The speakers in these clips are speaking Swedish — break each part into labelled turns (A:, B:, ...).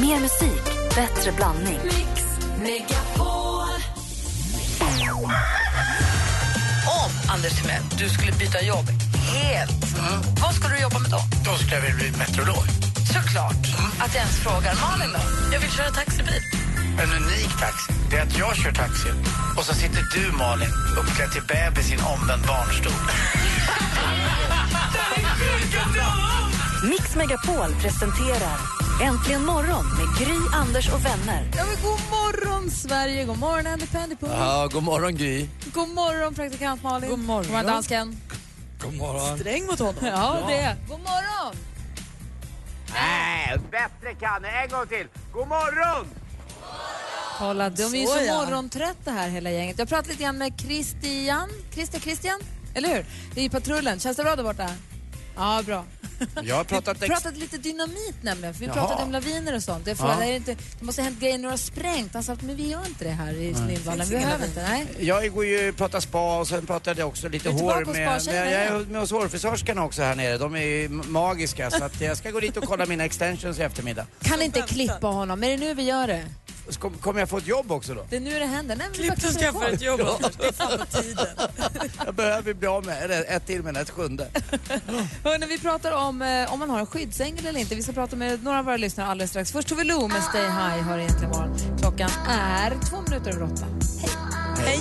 A: Mer musik, bättre blandning.
B: Mix Megapol.
C: Om, Anders Timell, du skulle byta jobb helt, vad skulle du jobba med då?
D: Då skulle jag vilja bli meteorolog.
C: Såklart att jag ens frågar. Malin då? Jag vill köra taxibil.
D: En unik taxi. Det är att jag kör taxi och så sitter du, Malin, uppklädd till bebis i en omvänd barnstol.
A: Mix Megapol presenterar Äntligen morgon med Gry, Anders och vänner.
E: Ja, men god morgon, Sverige! God morgon, Andy Pendypool!
F: Ja, god morgon Gry.
E: God morgon, praktikant Malin! God morgon, dansken!
F: God morgon.
E: Dräng mot honom! Ja, det är God morgon!
D: Nej, bättre kan det. En gång till. God morgon!
E: Kolla, de är ju så morgontrötta här, hela gänget. Jag pratade lite grann med Christian. Christian, Christian? Eller hur? Det är ju patrullen. Känns det bra där borta? Ja, bra.
F: Jag har pratat...
E: Vi
F: Ex-
E: pratade lite dynamit nämligen, för vi
F: Jaha.
E: pratade om laviner och sånt. Det, är för,
F: Ja.
E: det, är inte, det måste ha hänt grejer när det har sprängt. Han sa att men vi gör inte det här i Lindvallen. Vi behöver inte. Nej.
F: jag går ju och pratar spa och sen pratade jag också lite
E: Du är
F: hår
E: tillbaka hos
F: med...
E: spa-tjejerna
F: Men jag är
E: igen.
F: med hos hårfrisörskan också här nere. De är ju magiska så att jag ska gå dit och kolla mina extensions i eftermiddag.
E: Kan inte klippa honom. Är det nu vi gör det?
F: Så kom- Kommer jag få ett jobb också då?
E: Det är nu det händer. Nej, men vi
G: Klipp
E: bara
G: och
E: kastar
G: skaffa
E: på.
G: ett jobb, Anders. Det är fan på tiden.
F: Jag behöver bli av med eller ett till men ett sjunde.
E: Hörrni, vi pratar om eh, om man har en skyddsängel eller inte. Vi ska prata med några av våra lyssnare alldeles strax. Först Tove Lo med Stay High har egentligen morgon. Klockan är två minuter över åtta.
G: Hej!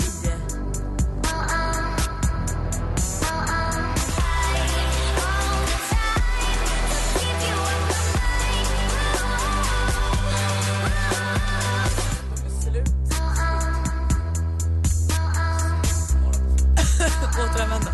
G: Återanvända.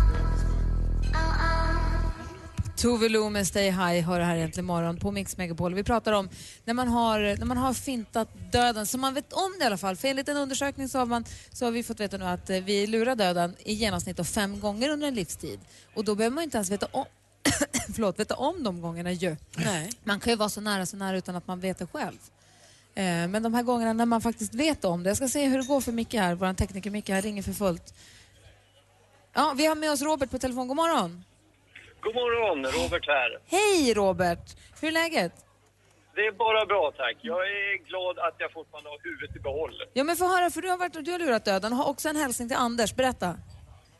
E: Tove Lo med Stay High hör det här egentligen morgon på Mix Megapol. Vi pratar om när man har, när man har fintat döden, så man vet om det i alla fall. För enligt en undersökning så har, man, så har vi fått veta nu att eh, vi lurar döden i genomsnitt då fem gånger under en livstid. Och då behöver man ju inte ens veta om, förlåt, veta om de gångerna ju.
G: Nej.
E: Man kan ju vara så nära, så nära utan att man vet det själv. Eh, Men de här gångerna när man faktiskt vet om det. Jag ska se hur det går för Micke här, vår tekniker Micke, här ringer för fullt. Ja, vi har med oss Robert på telefon. God morgon!
H: God morgon, Robert här.
E: Hej Robert! Hur är läget?
H: Det är bara bra tack. Jag är glad att jag fortfarande har huvudet i behåll.
E: Ja men få höra, för du har, varit, du har lurat döden. Har också en hälsning till Anders, berätta.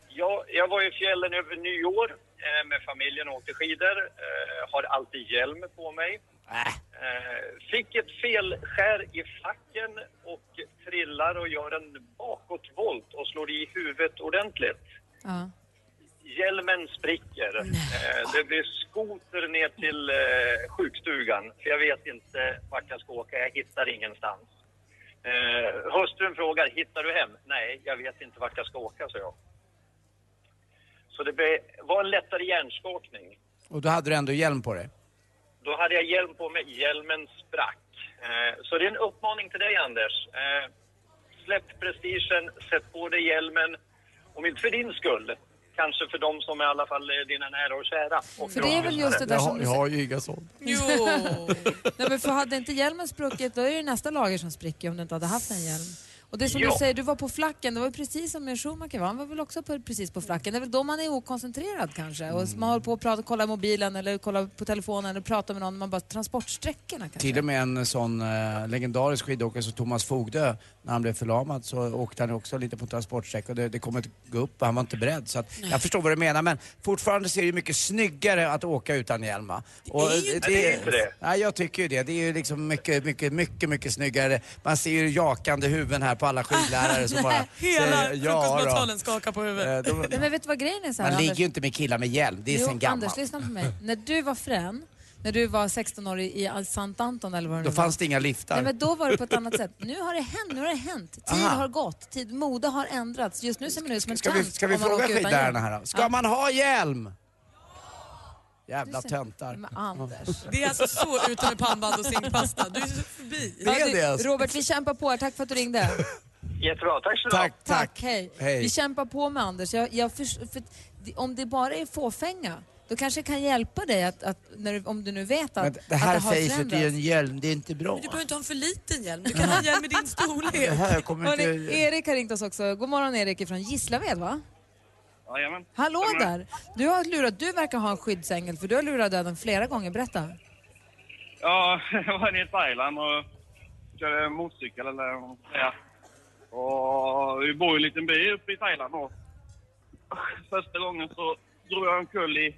H: Jag, jag var i fjällen över nyår eh, med familjen och åkte skidor. Eh, har alltid hjälm på mig. Eh, fick ett felskär i facken och trillar och gör en bakåtvolt och slår i huvudet ordentligt.
E: Ja.
H: Hjälmen spricker. Eh, det blir skoter ner till eh, sjukstugan. För jag vet inte vart jag ska åka. Jag hittar ingenstans. Eh, hustrun frågar, hittar du hem? Nej, jag vet inte vart jag ska åka, så jag. Så det blev- var en lättare hjärnskakning.
F: Och då hade du ändå hjälm på dig.
H: Då hade jag hjälm på mig. Hjälmen sprack. Eh, så det är en uppmaning till dig, Anders. Eh, släpp prestigen, sätt på dig hjälmen. Om inte för din skull, kanske för dem som är i alla fall eh, dina nära och kära. Och
E: För det är väl just det där som du säger.
F: ju inga sånt.
G: Jo!
E: Nej, men för hade inte hjälmen spruckit, då är det ju nästa lager som spricker om du inte hade haft en hjälm. Och det är som
H: Ja.
E: du säger, du var på flacken. Det var ju precis som med Schumacher, va? Han var väl också på, precis på flacken. Det är väl då man är okoncentrerad kanske. Och man håller på och pratar, kollar i mobilen eller kollar på telefonen eller pratar med någon. Man bara, transportsträckorna kanske.
F: Till och med en sån eh, legendarisk skidåkare som Thomas Fogdö, när han blev förlamad så åkte han också lite på transportsträcka och det, det kom inte gå upp och han var inte beredd. Så att, jag förstår vad du menar men fortfarande ser det ju mycket snyggare att åka utan hjälm va? Och
G: är ju inte
H: det. Det är inte det.
F: Nej, jag tycker ju det. Det är ju liksom mycket, mycket, mycket, mycket snyggare. Man ser ju jakande huvuden här på alla skidlärare som bara
G: Hela
F: säger ja
G: frukostmatsalen skakar på
F: då.
G: huvudet.
F: Eh, då-
E: Nej, men vet du vad grejen är så här,
F: Man ligger
E: Anders?
F: ju inte med killar med hjälm, det är
E: Jo,
F: sen gammalt.
E: Anders, lyssna på mig. När du var frän, när du var 16 år i i Sant Anton eller vad det nu
F: Då
E: var.
F: fanns det inga liftar.
E: Nej, men då var det på ett annat sätt. Nu har det hänt. Nu har det hänt. Tid
F: Aha.
E: har gått. Tid, mode har ändrats. Just nu ser man ut som en
F: Ska vi,
E: tant
F: ska vi
E: om man
F: fråga
E: åker utan
F: skidlärarna
E: hjälm.
F: här då? Ska man ha hjälm? Jävla töntar.
E: Men Anders.
G: Det är alltså så ute med pannband och zinkpasta. Du är så förbi.
F: Det är
E: Ja,
F: det
E: du,
F: alltså.
E: Robert, vi kämpar på här. Tack för att du ringde.
H: Jättebra, tack så
F: Tack,
E: Tack,
F: tack.
E: hej.
F: Hej.
E: Vi kämpar på med Anders. Jag, jag förs- för, det- om det bara är fåfänga, då kanske jag kan hjälpa dig att, att när du, om du nu vet att
F: Men det
E: att alltså.
F: här
E: det har
F: sägs att det är
E: förändrats.
F: en hjälm, det är inte bra.
G: Men du behöver inte ha en för liten hjälm. Du kan ha en hjälm i din storlek.
F: Det här kommer inte...
E: Hörrni, Erik har ringt oss också. God morgon Erik från Gislaved va?
H: Jajamän.
E: Hallå där! Du, har lurat, du verkar ha en skyddsängel för du har lurat döden flera gånger. Berätta.
I: Ja, jag var nere i Thailand och körde motorcykel eller vad man ska säga. Och vi bor i en liten by uppe i Thailand och första gången så drog jag en kull i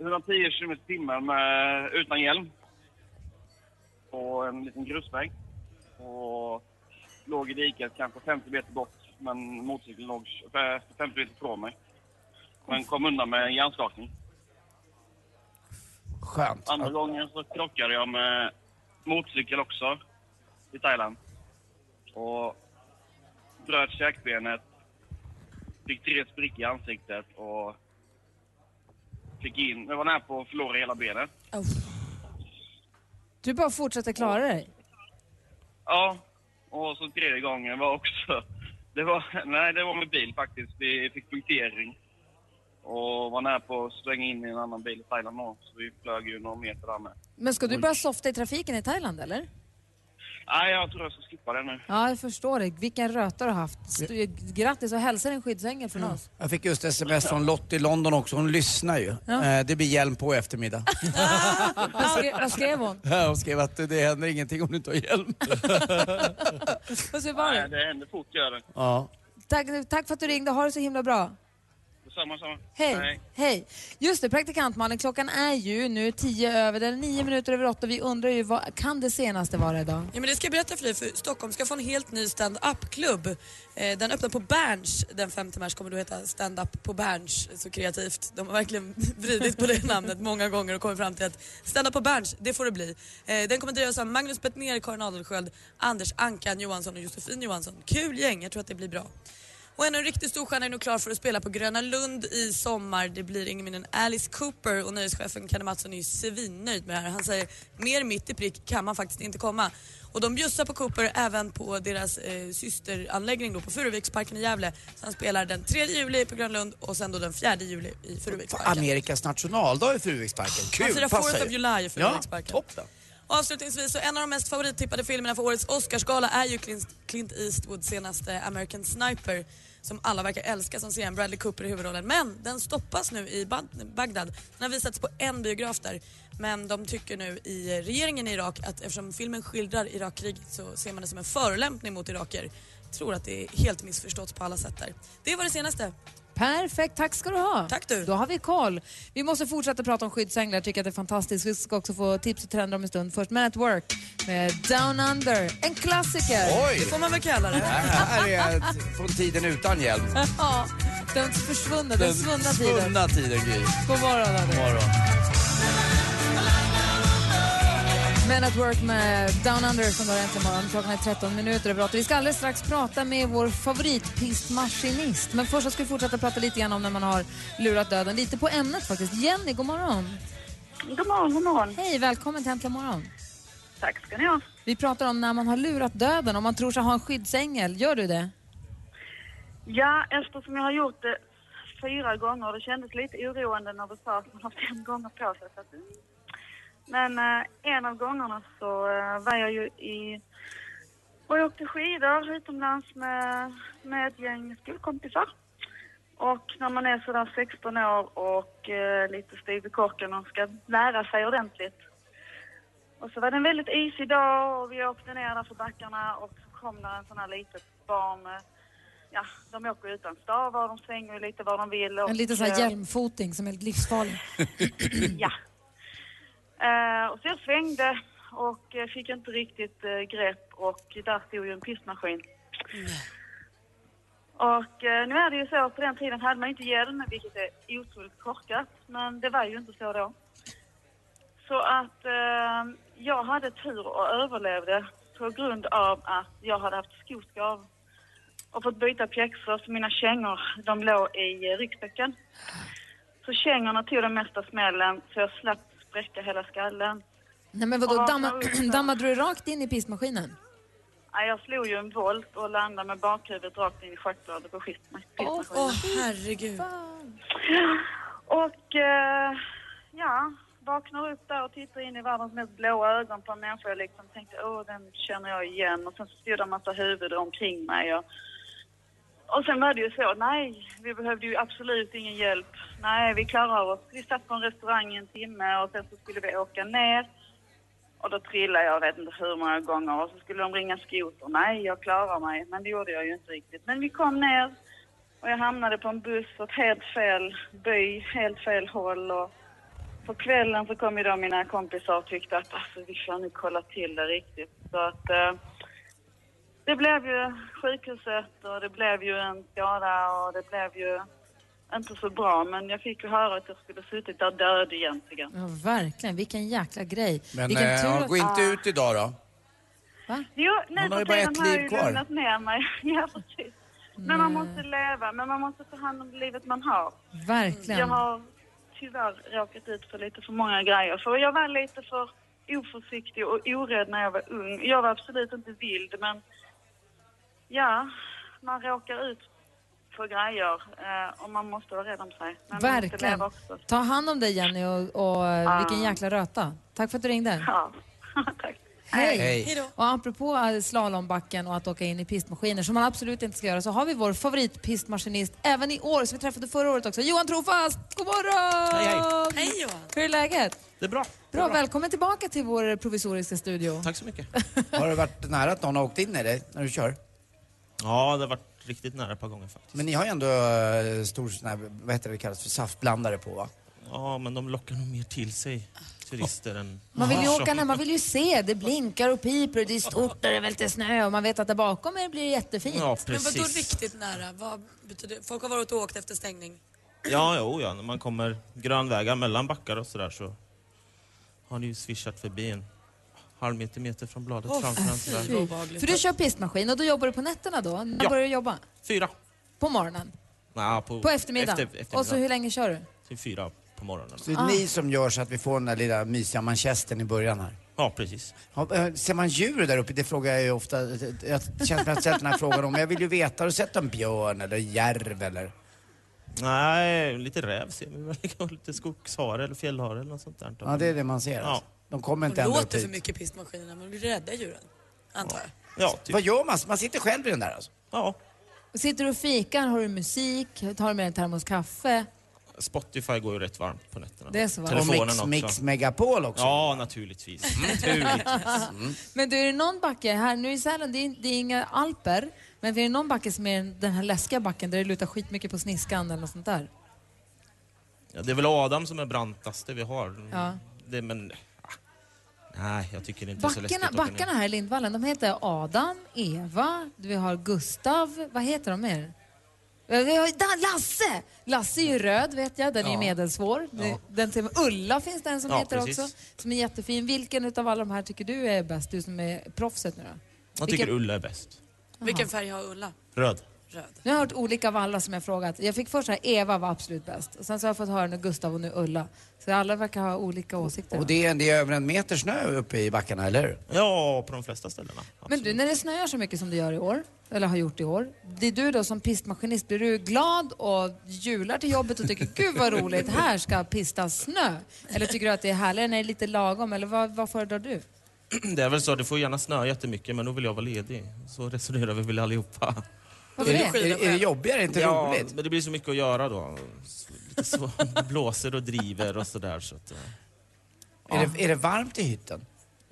I: 110 km i timmen med- utan hjälm. På en liten grusväg. Och låg i diket kanske 50 meter bort men motorcykeln låg eh, 50 meter från mig. Men kom undan med en hjärnskakning.
F: Skönt.
I: Andra gången så krockade jag med motorcykel också i Thailand. Och bröt käkbenet, fick tre sprickor i ansiktet och fick in, jag var nära på att förlora hela benet.
E: Du bara fortsätter klara dig.
I: Ja, och så tredje gången var också... Det var, nej, det var med bil faktiskt. Vi fick punktering och var nära på att slänga in i en annan bil i Thailand då. Så vi flög ju några meter där med.
E: Men ska du börja softa i trafiken i Thailand eller?
I: Nej, jag tror jag ska skippa det nu.
E: Ja, jag förstår det. Vilken röta du har haft. St- Grattis och hälsa din skyddsängel från oss.
F: Jag fick just sms från Lottie i London också. Hon lyssnar ju.
E: Ja.
F: Eh, det blir hjälm på i eftermiddag.
E: Vad skrev, vad skrev hon?
F: Ja, Hon skrev att det händer ingenting om du inte har hjälm.
E: Vad skrev var
I: Nej,
E: det?
I: det händer fort gör det.
F: Ja.
E: Tack, tack för att du ringde. Ha det så himla bra.
I: Detsamma, samma.
E: Hej.
I: Nej.
E: Hej. Just det, praktikant Malin, klockan är ju nu tio över, eller nio minuter över åtta. Vi undrar ju vad kan det senaste vara idag?
G: Ja, men det ska jag berätta för dig, för Stockholm ska få en helt ny stand-up-klubb. Eh, den öppnar på Berns den 5 mars, kommer du heta stand-up på Berns. Så kreativt. De har verkligen vridit på det namnet många gånger och kommit fram till att stand-up på Berns, det får det bli. Eh, den kommer drivas av Magnus Bettner, Karin Adelsköld, Anders Ankan Johansson och Josefin Johansson. Kul gäng, jag tror att det blir bra. Och ännu en riktigt stor stjärna är nu klar för att spela på Gröna Lund i sommar. Det blir ingen mindre än Alice Cooper och nöjeschefen Kalle Mattsson är ju svinnöjd med det här. Han säger mer mitt i prick kan man faktiskt inte komma. Och de bjussar på Cooper även på deras eh, systeranläggning då på Furuviksparken i Gävle. Så han spelar den 3 juli på Gröna Lund och sen då den 4 juli i Furuviksparken.
F: Amerikas nationaldag i Furuviksparken.
E: Alltså,
G: Man
F: Kul,
G: firar
F: passar
G: 4th of
F: ju.
G: July i
F: Ja,
G: Furuviksparken.
F: toppen.
G: Och Avslutningsvis, så en av de mest favorittippade filmerna för årets Oscarsgala är ju Clint, Clint Eastwoods senaste American Sniper som alla verkar älska som serien, Bradley Cooper i huvudrollen. Men den stoppas nu i Bad- Bagdad. Den har visats på en biograf där. Men de tycker nu i regeringen i Irak att eftersom filmen skildrar Irakkriget så ser man det som en förolämpning mot iraker. Tror att det är helt missförstått på alla sätt där. Det var det senaste.
E: Perfekt, tack ska du ha.
G: Tack du.
E: Då har vi koll. Vi måste fortsätta prata om skyddsänglar, tycker att det är fantastiskt. Vi ska också få tips och trender om en stund. Först Men at Work med Down Under, en klassiker.
G: Det
F: Oj!
G: får man väl kalla det.
F: Det här är ett- från tiden utan hjälm.
E: Ja, den försvunna, den svunna tiden.
F: svunna tiden, Gry.
E: God morgon, Anders.
F: Morgon.
E: Men at Work med Down Under som har äntligen morgon. Klockan är 13 minuter över 8. Vi ska alldeles strax prata med vår favoritpistmaskinist. Men först så ska vi fortsätta prata lite grann om när man har lurat döden. Lite på ämnet faktiskt. Jenny, god morgon.
J: God morgon, god morgon.
E: Hej, välkommen till Äntligen morgon.
J: Tack ska ni ha.
E: Vi pratar om när man har lurat döden, om man tror sig ha en skyddsängel. Gör du det?
J: Ja, eftersom jag har gjort det fyra gånger och det kändes lite oroande när du sa att man har fem gånger på sig. Så att, mm. men eh, en av gångerna så eh, var jag ju i... Och jag åkte skidor utomlands med, med ett gäng skolkompisar. Och när man är sådär 16 år och eh, lite styv i korken och ska lära sig ordentligt Och så var det en väldigt isig dag och vi åkte ner där för backarna och så kom där en sån här litet barn. med- Ja, de åker utan stavar, de svänger ju lite vad de vill. Och,
E: En liten sån här
J: eh,
E: hjälmfoting som är livsfarlig.
J: Ja. Eh, och så jag svängde och eh, fick inte riktigt eh, grepp och där stod ju en pistmaskin. Och eh, nu är det ju så att på den tiden hade man inte hjälm, vilket är otroligt korkat. Men det var ju inte så då. Så att eh, jag hade tur och överlevde på grund av att jag hade haft skoskav och fått byta pjäxor så mina kängor de låg i eh, ryggsäcken. Så kängorna tog den mesta smällen så jag slapp spräcka hela skallen.
E: Nej men vadå,
J: Ja,
E: damma,
J: jag vet.
E: dammade du rakt in i pistmaskinen?
J: Nej, jag slog ju en volt och landade med bakhuvudet rakt in i schackbladet på skistmaskinen.
G: Åh herregud.
J: Och eh, ja, vaknar upp där och tittar in i världens mest blåa ögon på en människa. Jag liksom tänkte, åh den känner jag igen. Och sen så stod det en massa huvuden omkring mig. Och, och sen var det ju så, nej, vi behövde ju absolut ingen hjälp. Nej, vi klarar oss. Vi satt på en restaurang i en timme och sen så skulle vi åka ner. Och då trillade jag vet inte hur många gånger och så skulle de ringa skoter. Nej, jag klarar mig. Men det gjorde jag ju inte riktigt. Men vi kom ner och jag hamnade på en buss åt helt fel by, helt fel håll. Och på kvällen så kom ju då mina kompisar och tyckte att alltså, vi får nu kolla till det riktigt. Så att eh, det blev ju sjukhuset och det blev ju en skada och det blev ju inte så bra. Men jag fick ju höra att jag skulle suttit där död egentligen.
E: Ja, verkligen. Vilken jäkla grej.
F: Men
E: Vilken
F: eh,
E: tur
F: ja,
E: att-
F: gå inte ut idag då.
J: Jo, nej,
F: Hon har ju
J: för
F: bara
J: tiden
F: ett
J: har jag
F: liv
J: ju
F: kvar.
J: lugnat ner mig. ja, precis. Men
E: Mm.
J: man måste leva, men man måste ta hand om livet man har. Jag
E: Verkligen.
J: har tyvärr råkat ut för lite för många grejer. För jag var lite för oförsiktig och orädd när jag var ung. Jag var absolut inte vild, men ja, man råkar ut för grejer eh, och man måste vara rädd om sig. Men Man måste
E: Verkligen.
J: leva också.
E: Ta hand om dig Jenny och, och eh, vilken jäkla röta. Tack för att du ringde.
J: Ja, tack.
E: Hej.
F: Hej.
G: Hej då.
E: Och apropå eh, slalombacken och att åka in i pistmaskiner som man absolut inte ska göra så har vi vår favoritpistmaskinist även i år som vi träffade förra året också. Johan Trofast! God morgon!
K: Hej,
G: Hej Johan!
E: Hur är läget?
K: Det är bra.
E: Bra, välkommen tillbaka till vår provisoriska studio.
K: Tack så mycket.
F: Har det varit nära att någon har åkt in i dig när du kör?
K: Ja, det har varit riktigt nära ett par gånger faktiskt.
F: Men ni har ju ändå eh, stor sån här, vad heter det kallas för, saftblandare på va?
K: Ja, men de lockar nog mer till sig turister än...
E: Man vill ju
K: Ja.
E: åka när man vill ju se. Det blinkar och piper och det är stort och det är väl lite snö och man vet att där bakom er blir det jättefint.
K: Ja,
G: Men vadå
K: precis.
G: riktigt nära? Vad betyder Folk har varit och åkt efter stängning.
K: Ja, jo, ja. När man kommer grönvägar mellan backar och sådär så har ni ju swishat förbi en halv meter, meter från bladet framför en sådär.
G: obehagligt.
E: För du kör pistmaskin och då jobbar du på nätterna då? När
K: Ja.
E: börjar du jobba?
K: Fyra.
E: På morgonen?
K: Nja, på,
E: På eftermiddagen?
K: Efter, eftermiddag.
E: Och så hur länge kör du?
K: Till fyra på morgonen.
F: Så det är ni som gör så att vi får den där lilla mysiga manchestern i början här.
K: Ja, precis.
F: Ja, eh, Ser man djur där uppe? Det frågar jag ju ofta. eh, Jag känner att jag har sett den här frågan om. men Jag vill ju veta. Har du sett en björn eller järv eller?
K: Nej, lite räv ser vi väl. Och Lite skogshare eller fjällhare eller något sånt där.
F: Ja, det är det man ser. Alltså. De kommer
G: De
F: inte typ. ända upp
G: låter för
F: hit.
G: mycket pistmaskinerna, man blir rädda djuren. Antar jag.
K: Ja, typ.
F: Vad gör man? Man sitter själv i den där alltså?
K: Ja.
E: Och Sitter du och fikar? Har du musik? Tar du med en termos kaffe?
K: Spotify går ju rätt varmt på nätterna.
E: Det är så varmt.
F: Och
K: Telefonen
F: Mix,
K: också.
F: mix Megapol också.
K: Ja, naturligtvis. naturligtvis.
E: Men du, är det någon backe här? Nu i Sälen, det är, det är inga alper. Men är det någon backe som är den här läskiga backen där det lutar skitmycket på sniskan eller något sånt där?
K: Ja, det är väl Adam som är brantaste vi har.
E: Ja.
K: Det, men... ah, Nej, jag tycker det är inte så läskigt.
E: Backarna,
K: att åka ner.
E: backarna här i Lindvallen, de heter Adam, Eva, vi har Gustav, vad heter de mer? Eh, vi har- där, Lasse! Lasse är ju röd vet jag, den är ju medelsvår. Det- Den till, Ulla finns den som
K: Ja,
E: heter
K: precis.
E: också, som är jättefin. Vilken utav alla de här tycker du är bäst, du som är proffset nu då?
K: Jag tycker
E: Vilken-
K: Ulla är bäst.
G: Vilken färg har Ulla?
K: Röd.
G: Röd.
E: Nu har jag hört olika av alla som jag frågat. Jag fick först så här, Eva var absolut bäst. Och Sen så har jag fått höra nu Gustav och nu Ulla. Så alla verkar ha olika åsikter.
F: Och det är, det är över en meter snö uppe i backarna, eller hur?
K: Ja, på de flesta ställena.
E: Men du, när det snöar så mycket som det gör i år, eller har gjort i år, det är du då som pistmaskinist, blir du glad och jular till jobbet och tycker gud vad roligt, här ska pistas snö? Eller tycker du att det är härligare när det är lite lagom, eller vad, vad föredrar du?
K: Det är väl så, det får gärna snöa jättemycket men då vill jag vara ledig. Så resonerar vi väl allihopa.
E: Varför
F: är,
E: det?
F: det, är, är det jobbigare? Är det inte roligt?
K: men det blir så mycket att göra då. Så, lite så, blåser och driver och sådär. Så att, eh,
F: Är, det, är det varmt i hytten?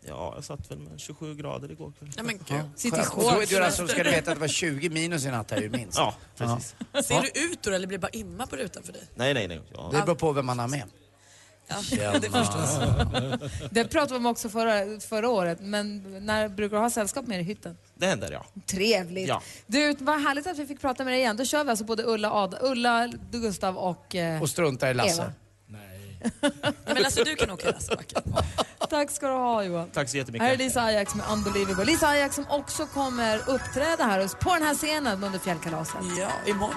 K: ja, jag satt väl med 27 grader igår kväll.
G: Nej men gud.
E: Sitt i
F: Och då är
E: shorts.
F: det alltså, ska du veta att det var 20 minus i natt här ju minst.
K: Ja, precis.
G: Ser du ut då eller blir det bara imma på rutan för dig?
K: Nej, nej, nej. Ja.
F: Det beror på vem man har med.
G: Ja, det förstås.
E: Det pratade vi om också förra, förra året, men när brukar du ha sällskap med er i hytten?
K: Det händer, ja.
E: Trevligt.
K: Ja.
E: Du, vad härligt att vi fick prata med dig igen. Då kör vi alltså både Ulla, Ada, Ulla Gustav och... Eh,
F: Och struntar i Lasse.
E: Eva.
G: Men alltså du kan åka racerbacken.
E: tack ska du ha Johan.
K: Tack så jättemycket.
E: Här är Lisa Ajax med Unbelievable. Lisa Ajax som också kommer uppträda här hos- på den här scenen under fjällkalaset.
G: Ja, imorgon.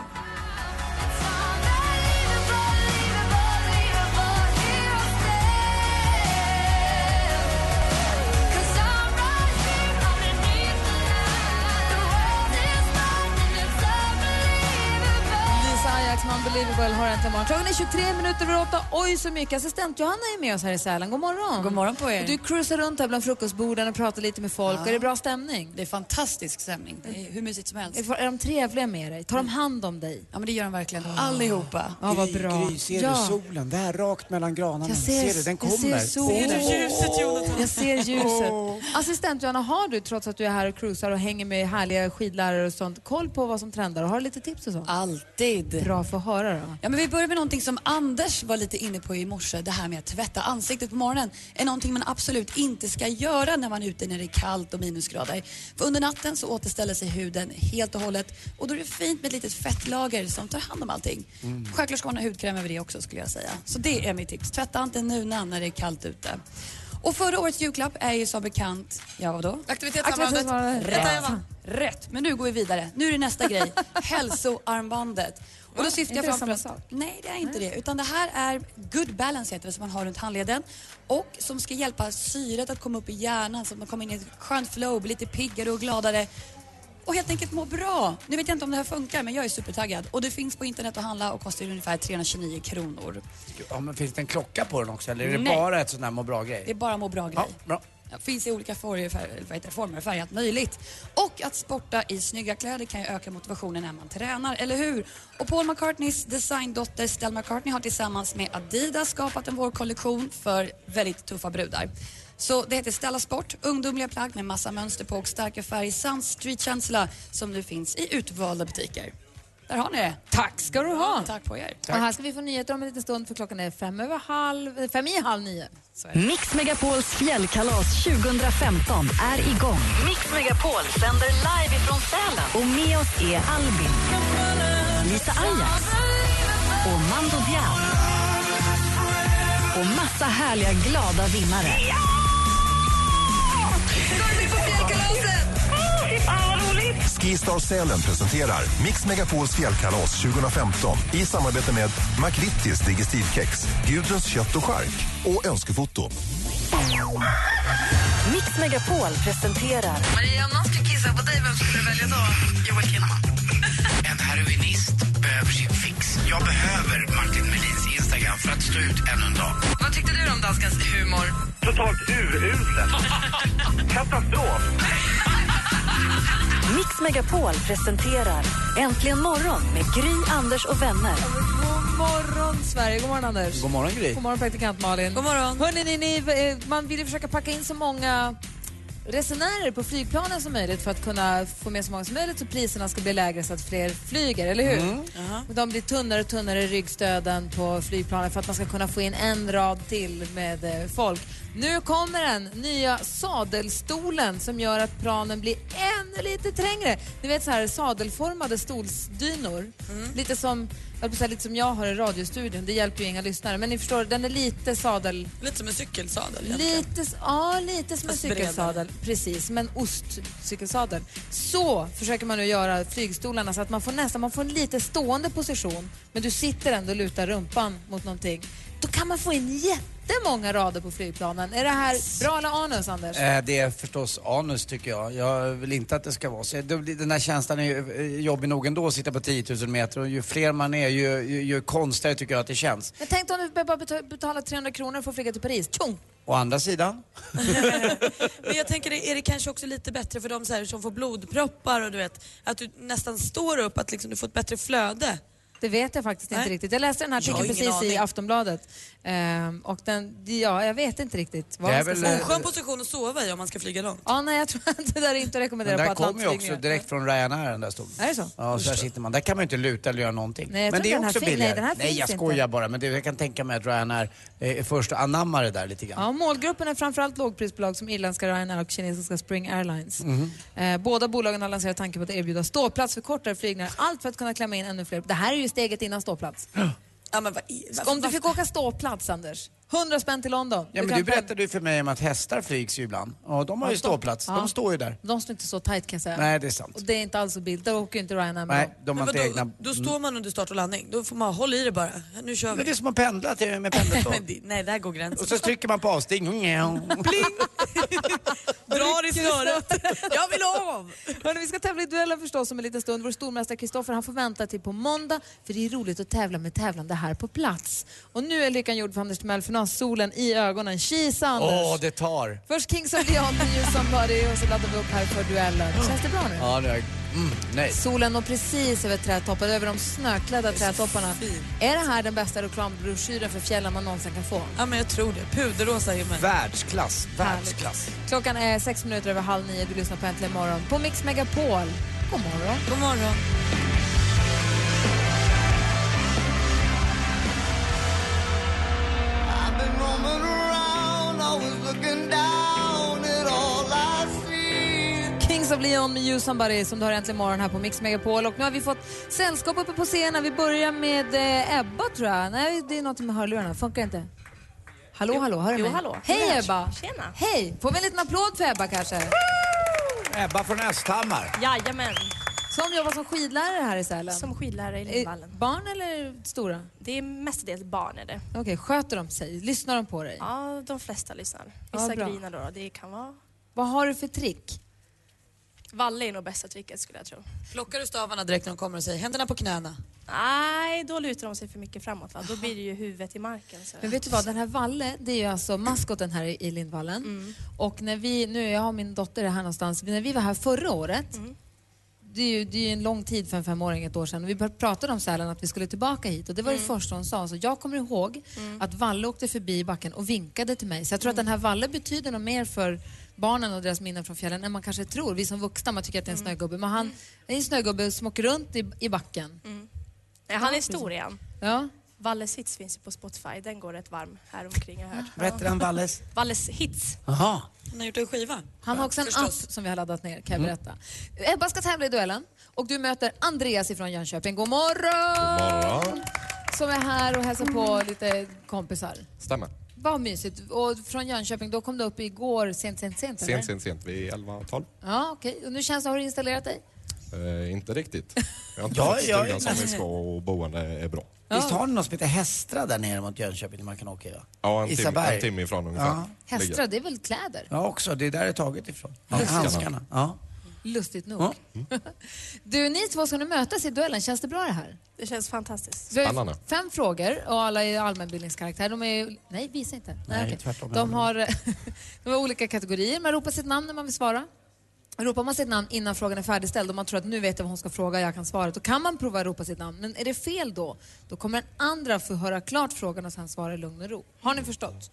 E: Lisa Ajax med Unbelievable Motherwell har äntligen morgon. Klockan är 23 minuter över 8. Oj, så mycket. Assistent Johanna är med oss här i Sälen. God morgon.
L: God morgon på er.
E: Och du cruisar runt här bland frukostborden och pratar lite med folk.
L: Ja.
E: Är det bra stämning?
L: Det är fantastisk stämning. Det är hur mysigt som helst. Mm.
E: Är de trevliga med dig? Tar de hand om dig? Ah.
L: Ja, men det gör de verkligen. Allihopa.
E: Ja, vad bra.
F: Gry, ser
E: ja.
F: du solen? Där rakt mellan granarna.
E: Jag
F: ser, du? Den kommer.
E: Jag ser solen.
F: Jonathan?
E: Jag ser ljuset.
F: Åh.
E: Assistent Johanna, har du trots att du är här och cruisar och hänger med härliga skidlärare och sånt koll på vad som trendar och har du lite tips och sånt?
L: Alltid.
E: Bra för att höra då.
L: Ja, men vi börjar med någonting som Anders var lite inne på i morse. Det här med att tvätta ansiktet på morgonen är någonting man absolut inte ska göra när man är ute när det är kallt och minusgrader. För under natten så återställer sig huden helt och hållet och då är det fint med ett litet fettlager som tar hand om allting.
M: Mm.
L: Självklart ska man ha hudkräm över det också skulle jag säga. Så det är mitt tips. Tvätta inte nunan när det är kallt ute. Och förra årets julklapp är ju som bekant, ja vadå?
G: Aktivitetssambandet.
L: Aktivitetssambandet.
G: Rätt,
L: Rätt.
G: Eva.
L: Rätt. Men nu går vi vidare. Nu är det nästa grej. Hälsoarmbandet. Och då
G: Va?
L: syftar
G: Är
L: jag
G: inte det
L: framför
G: samma sak?
L: Nej, det är inte det. Utan det här är good balance heter det, som man har runt handleden. Och som ska hjälpa syret att komma upp i hjärnan så att man kommer in i ett skönt flow, blir lite piggare och gladare. Och helt enkelt må bra. Nu vet jag inte om det här funkar, men jag är supertaggad. Och det finns på internet att handla och kostar ungefär 329 kronor.
F: Ja, men finns det en klocka på den också? Eller är det
L: Nej.
F: bara ett sånt här må bra-grej?
L: Det är bara må bra-grej.
F: bra.
L: Ja, finns i olika former, fär, vad heter det, former och färg, allt möjligt. Och att sporta i snygga kläder kan ju öka motivationen när man tränar, eller hur? Och Paul McCartneys designdotter Stella McCartney har tillsammans med Adidas skapat en vårkollektion för väldigt tuffa brudar. Så det heter Stella Sport, ungdomliga plagg med massa mönster på och starka färger samt streetkänsla som nu finns i utvalda butiker. Där har ni det.
E: Tack ska du ha.
L: Tack på er.
E: Och här ska vi få nyheter om en liten stund för klockan är fem, över halv, eh, fem i halv nio.
A: Mix Megapols fjällkalas 2015 är igång. Mix Megapol sänder live ifrån Sälen. Och med oss är Albin, Lisa Ajax och Mando Diao. Och massa härliga glada vinnare.
N: Skistar Sälen presenterar Mix Megapols fjällkalas 2015 i samarbete med McVittys Digestivkex, Gudruns kött och chark och Önskefoto.
A: Mix Megapol presenterar
C: Maria, om någon skulle kissa på dig, vem skulle du välja då? Joel Kinnaman.
D: En heroinist behöver sin fix. Jag behöver Martin Melins Instagram för att stå ut ännu en dag.
C: Vad tyckte du om danskens humor?
D: Totalt urusel. Katastrof.
A: Mix Megapol presenterar Äntligen morgon med Gry, Anders och vänner.
E: God morgon Sverige, god morgon Anders.
F: God morgon, Gry.
E: God morgon praktikant Malin. God morgon. Hörrni, ni, ni, eh, man vill ju försöka packa in så många resenärer på flygplanen som möjligt för att kunna få med så många som möjligt så priserna ska bli lägre så att fler flyger, eller hur?
L: Mm.
E: Och de blir tunnare och tunnare i ryggstöden på flygplanen för att man ska kunna få in en rad till med eh, folk. Nu kommer den nya sadelstolen som gör att planen blir ännu lite trängre. Ni vet så här sadelformade stolsdynor. Lite, som, jag höll på att säga, lite som jag har i radiostudion. Det hjälper ju inga lyssnare. Men ni förstår, den är lite sadel...
G: Lite som en cykelsadel egentligen. Alltså,
E: Lite, s- ja, lite som en
G: Fast bredare.
E: cykelsadel. Precis, men ostcykelsadel. Så försöker man nu göra flygstolarna så att man får nästan man får en lite stående position men du sitter ändå och lutar rumpan mot någonting. Då kan man få in jättemånga rader på flygplanen. Är det här bra eller anus, Anders?
F: Eh, Det är förstås anus tycker jag. Jag vill inte att det ska vara så. Det blir- Den här känslan är ju eh, jobbig nog ändå att sitta på 10 000 meter och ju fler man är ju, ju, ju konstigare tycker jag att det känns.
E: Men tänk om du bara beta- betalar 300 kronor för att flyga till Paris. Tjong!
F: Å andra sidan,
G: Men jag tänker, är det kanske också lite bättre för de så här, som får blodproppar och du vet, att du nästan står upp, att liksom, du får ett bättre flöde?
E: Det vet jag faktiskt inte
G: Nej.
E: riktigt. Jag läste den här
G: Jag har
E: artikeln
G: ingen
E: precis i
G: aning.
E: Aftonbladet. Ehm, och den, ja, jag vet inte riktigt vad
F: Det
E: man
F: är
E: ska
F: väl,
E: säga.
G: Oskön position att sova i om man ska flyga långt.
E: Ja, nej, jag tror att det där är inte att rekommendera
F: den
E: på
F: där kom ju också
E: Atlantflygningar.
F: direkt från Ryanair den där stolen.
E: Är det så?
F: Ja, så där sitter man. Där kan man ju inte luta eller göra någonting.
E: Nej, jag
F: men
E: tror
F: det är
E: den här
F: också
E: fin- nej,
F: billigare.
E: den här
F: nej, jag
E: finns
F: skojar
E: inte.
F: bara. Men det, jag kan tänka mig att Ryanair eh, är först och anammar det där lite grann.
E: Ja, målgruppen är framförallt lågprisbolag som irländska Ryanair och kinesiska Spring Airlines.
F: Mhm.
E: Eh, båda bolagen har lanserat tanken på att erbjuda ståplats för kortare flygningar. Allt för att kunna klämma in ännu fler. Det här är ju steget innan ståplats.
G: Ja, men vad,
E: Om du fick åka ståplats, Anders. 100 spänn till London.
F: Ja, men
E: kan
F: du
E: på-
F: berättade ju för mig om att hästar flygs ju ibland. Ja, de har ju
E: Ja,
F: ståplats.
E: ja.
F: De står ju där.
E: De står inte så tight kan jag säga.
F: Nej, det är sant.
E: Och det är inte alls så billigt. Där åker ju inte Ryanair med
F: Nej,
E: dem.
F: de har inte egna...
G: Då står man under start och landning. Då får man håll i det bara. Nu kör vi.
F: Mm. Men det är som att pendla till, med pendeltåg.
G: Nej, där går gränsen.
F: Och så trycker man på avstigning.
G: Drar i snöret. Jag vill av!
E: Hörrni, vi ska tävla i duellen förstås om en liten stund. Vår stormästare Kristoffer han får vänta till på måndag för det är roligt att tävla med tävlande här på plats. Och nu är lyckan gjord för Anders Timell för nu har solen i ögonen. Kisa Anders!
F: Åh, det tar.
E: Först Kings of Leon med You Somebody och så laddar vi upp här för duellen. Känns det bra nu?
F: Ja, det är... Mm, nej.
E: Solen når precis över trädtoppen, över de snöklädda trädtopparna. Är det här den bästa reklambroschyren för fjällen man någonsin kan få?
G: Ja, men jag tror det. Puderrosa är ju med.
F: Världsklass, världsklass.
E: Klockan är sex minuter över halv nio. Du lyssnar på Äntligen morgon på Mix Megapol. God morgon.
G: God morgon.
M: I've been roaming around, always looking down at all I see.
E: Kings of Leon med You Somebody som du har äntligen morgon här på Mix Megapol. Och nu har vi fått sällskap uppe på scenen. Vi börjar med eh, Ebba tror jag. Nej, det är något med hörlurarna. Funkar inte? Hallå, hallå, hör du
O: jo,
E: mig?
O: hallå.
E: Hej
O: Hörs.
E: Ebba!
O: Tjena.
E: Hej! Får vi en liten applåd för Ebba kanske?
F: Ebba från Östhammar.
O: Jajamän.
E: Som jobbar som skidlärare här i Sälen?
O: Som skidlärare i
E: Eh,
O: Lindvallen.
E: Barn eller stora?
O: Det är mestadels barn är det.
E: Okej, sköter de sig? Lyssnar de på dig?
O: Ja, de flesta lyssnar.
E: Ja,
O: Vissa
E: bra.
O: grinar då. Det kan vara...
E: Vad har du för trick?
O: Valle är nog bästa tricket skulle jag tro.
G: Plockar du stavarna direkt när de kommer och säger händerna på knäna?
O: Nej, då lutar de sig för mycket framåt va? Då blir det ju huvudet i marken. Så.
E: Men vet du vad, den här Valle, det är ju alltså maskoten här i i Lindvallen. Och när vi, nu jag har min dotter här någonstans, när vi var här förra året, det är ju det är ju en lång tid för en femåring, ett år sedan. Vi började- pratade om Sälen, att vi skulle tillbaka hit och det var det första hon sa. Hon sa, jag kommer ihåg att Valle åkte förbi backen och vinkade till mig. Så jag tror att den här Valle betyder nog mer för barnen och deras minnen från fjällen än man kanske tror. Vi som vuxna, man tycker att det är en snögubbe. Men han är en snögubbe som åker runt i, i backen.
O: Nej, Mm. han är stor igen.
E: Ja.
O: Valles hits finns ju på Spotify. Den går rätt varm här omkring har jag hört.
F: Vad heter han, Valles?
O: Valles hits.
F: Jaha.
G: Han har gjort en skiva.
E: Han har också en app som vi har laddat
A: Mm.
E: ner, kan jag berätta. Ebba ska tävla i duellen och du möter Andreas ifrån Jönköping. God morgon!
P: Morgon.
E: Som är här och hälsar på lite kompisar.
P: Stämmer.
E: Vad mysigt. Och från Jönköping, då kom du upp igår sent, sent, sent? eller?
P: Sent, sent, sent. Vi är 11 och 12.
E: Ja, okej. Och nu känns det, har du installerat dig?
P: Eh, inte riktigt. Jag har inte
F: Ja,
P: fått
F: jag
P: stugan
F: är
P: som vi
F: nästan-
P: ska och boende är bra.
F: Visst har ni något som heter Hästra där nere mot Jönköping där man kan åka? Ja,
P: Ja, en timme,
F: Isaberg.
P: en timme ifrån ungefär.
F: Ja.
E: Hästra, det är väl kläder?
F: Ja, också. Det är där det är taget ifrån. Ja,
P: Handskarna.
F: handskarna. Ja.
E: Lustigt nog. Du, ni två ska nu mötas i duellen. Känns det bra det här?
O: Det känns fantastiskt.
E: Vi har
P: Spännande.
E: Fem frågor och alla är allmänbildningskaraktär. De är ju... Nej, visa inte.
P: Nej,
E: okej.
P: tvärtom.
E: De har, de har olika kategorier. Man ropar sitt namn när man vill svara. Ropar man sitt namn innan frågan är färdigställd och man tror att nu vet jag vad hon ska fråga, jag kan svaret, då kan man prova att ropa sitt namn. Men är det fel då, då kommer den andra få höra klart frågan och sen svara i lugn och ro. Har ni förstått?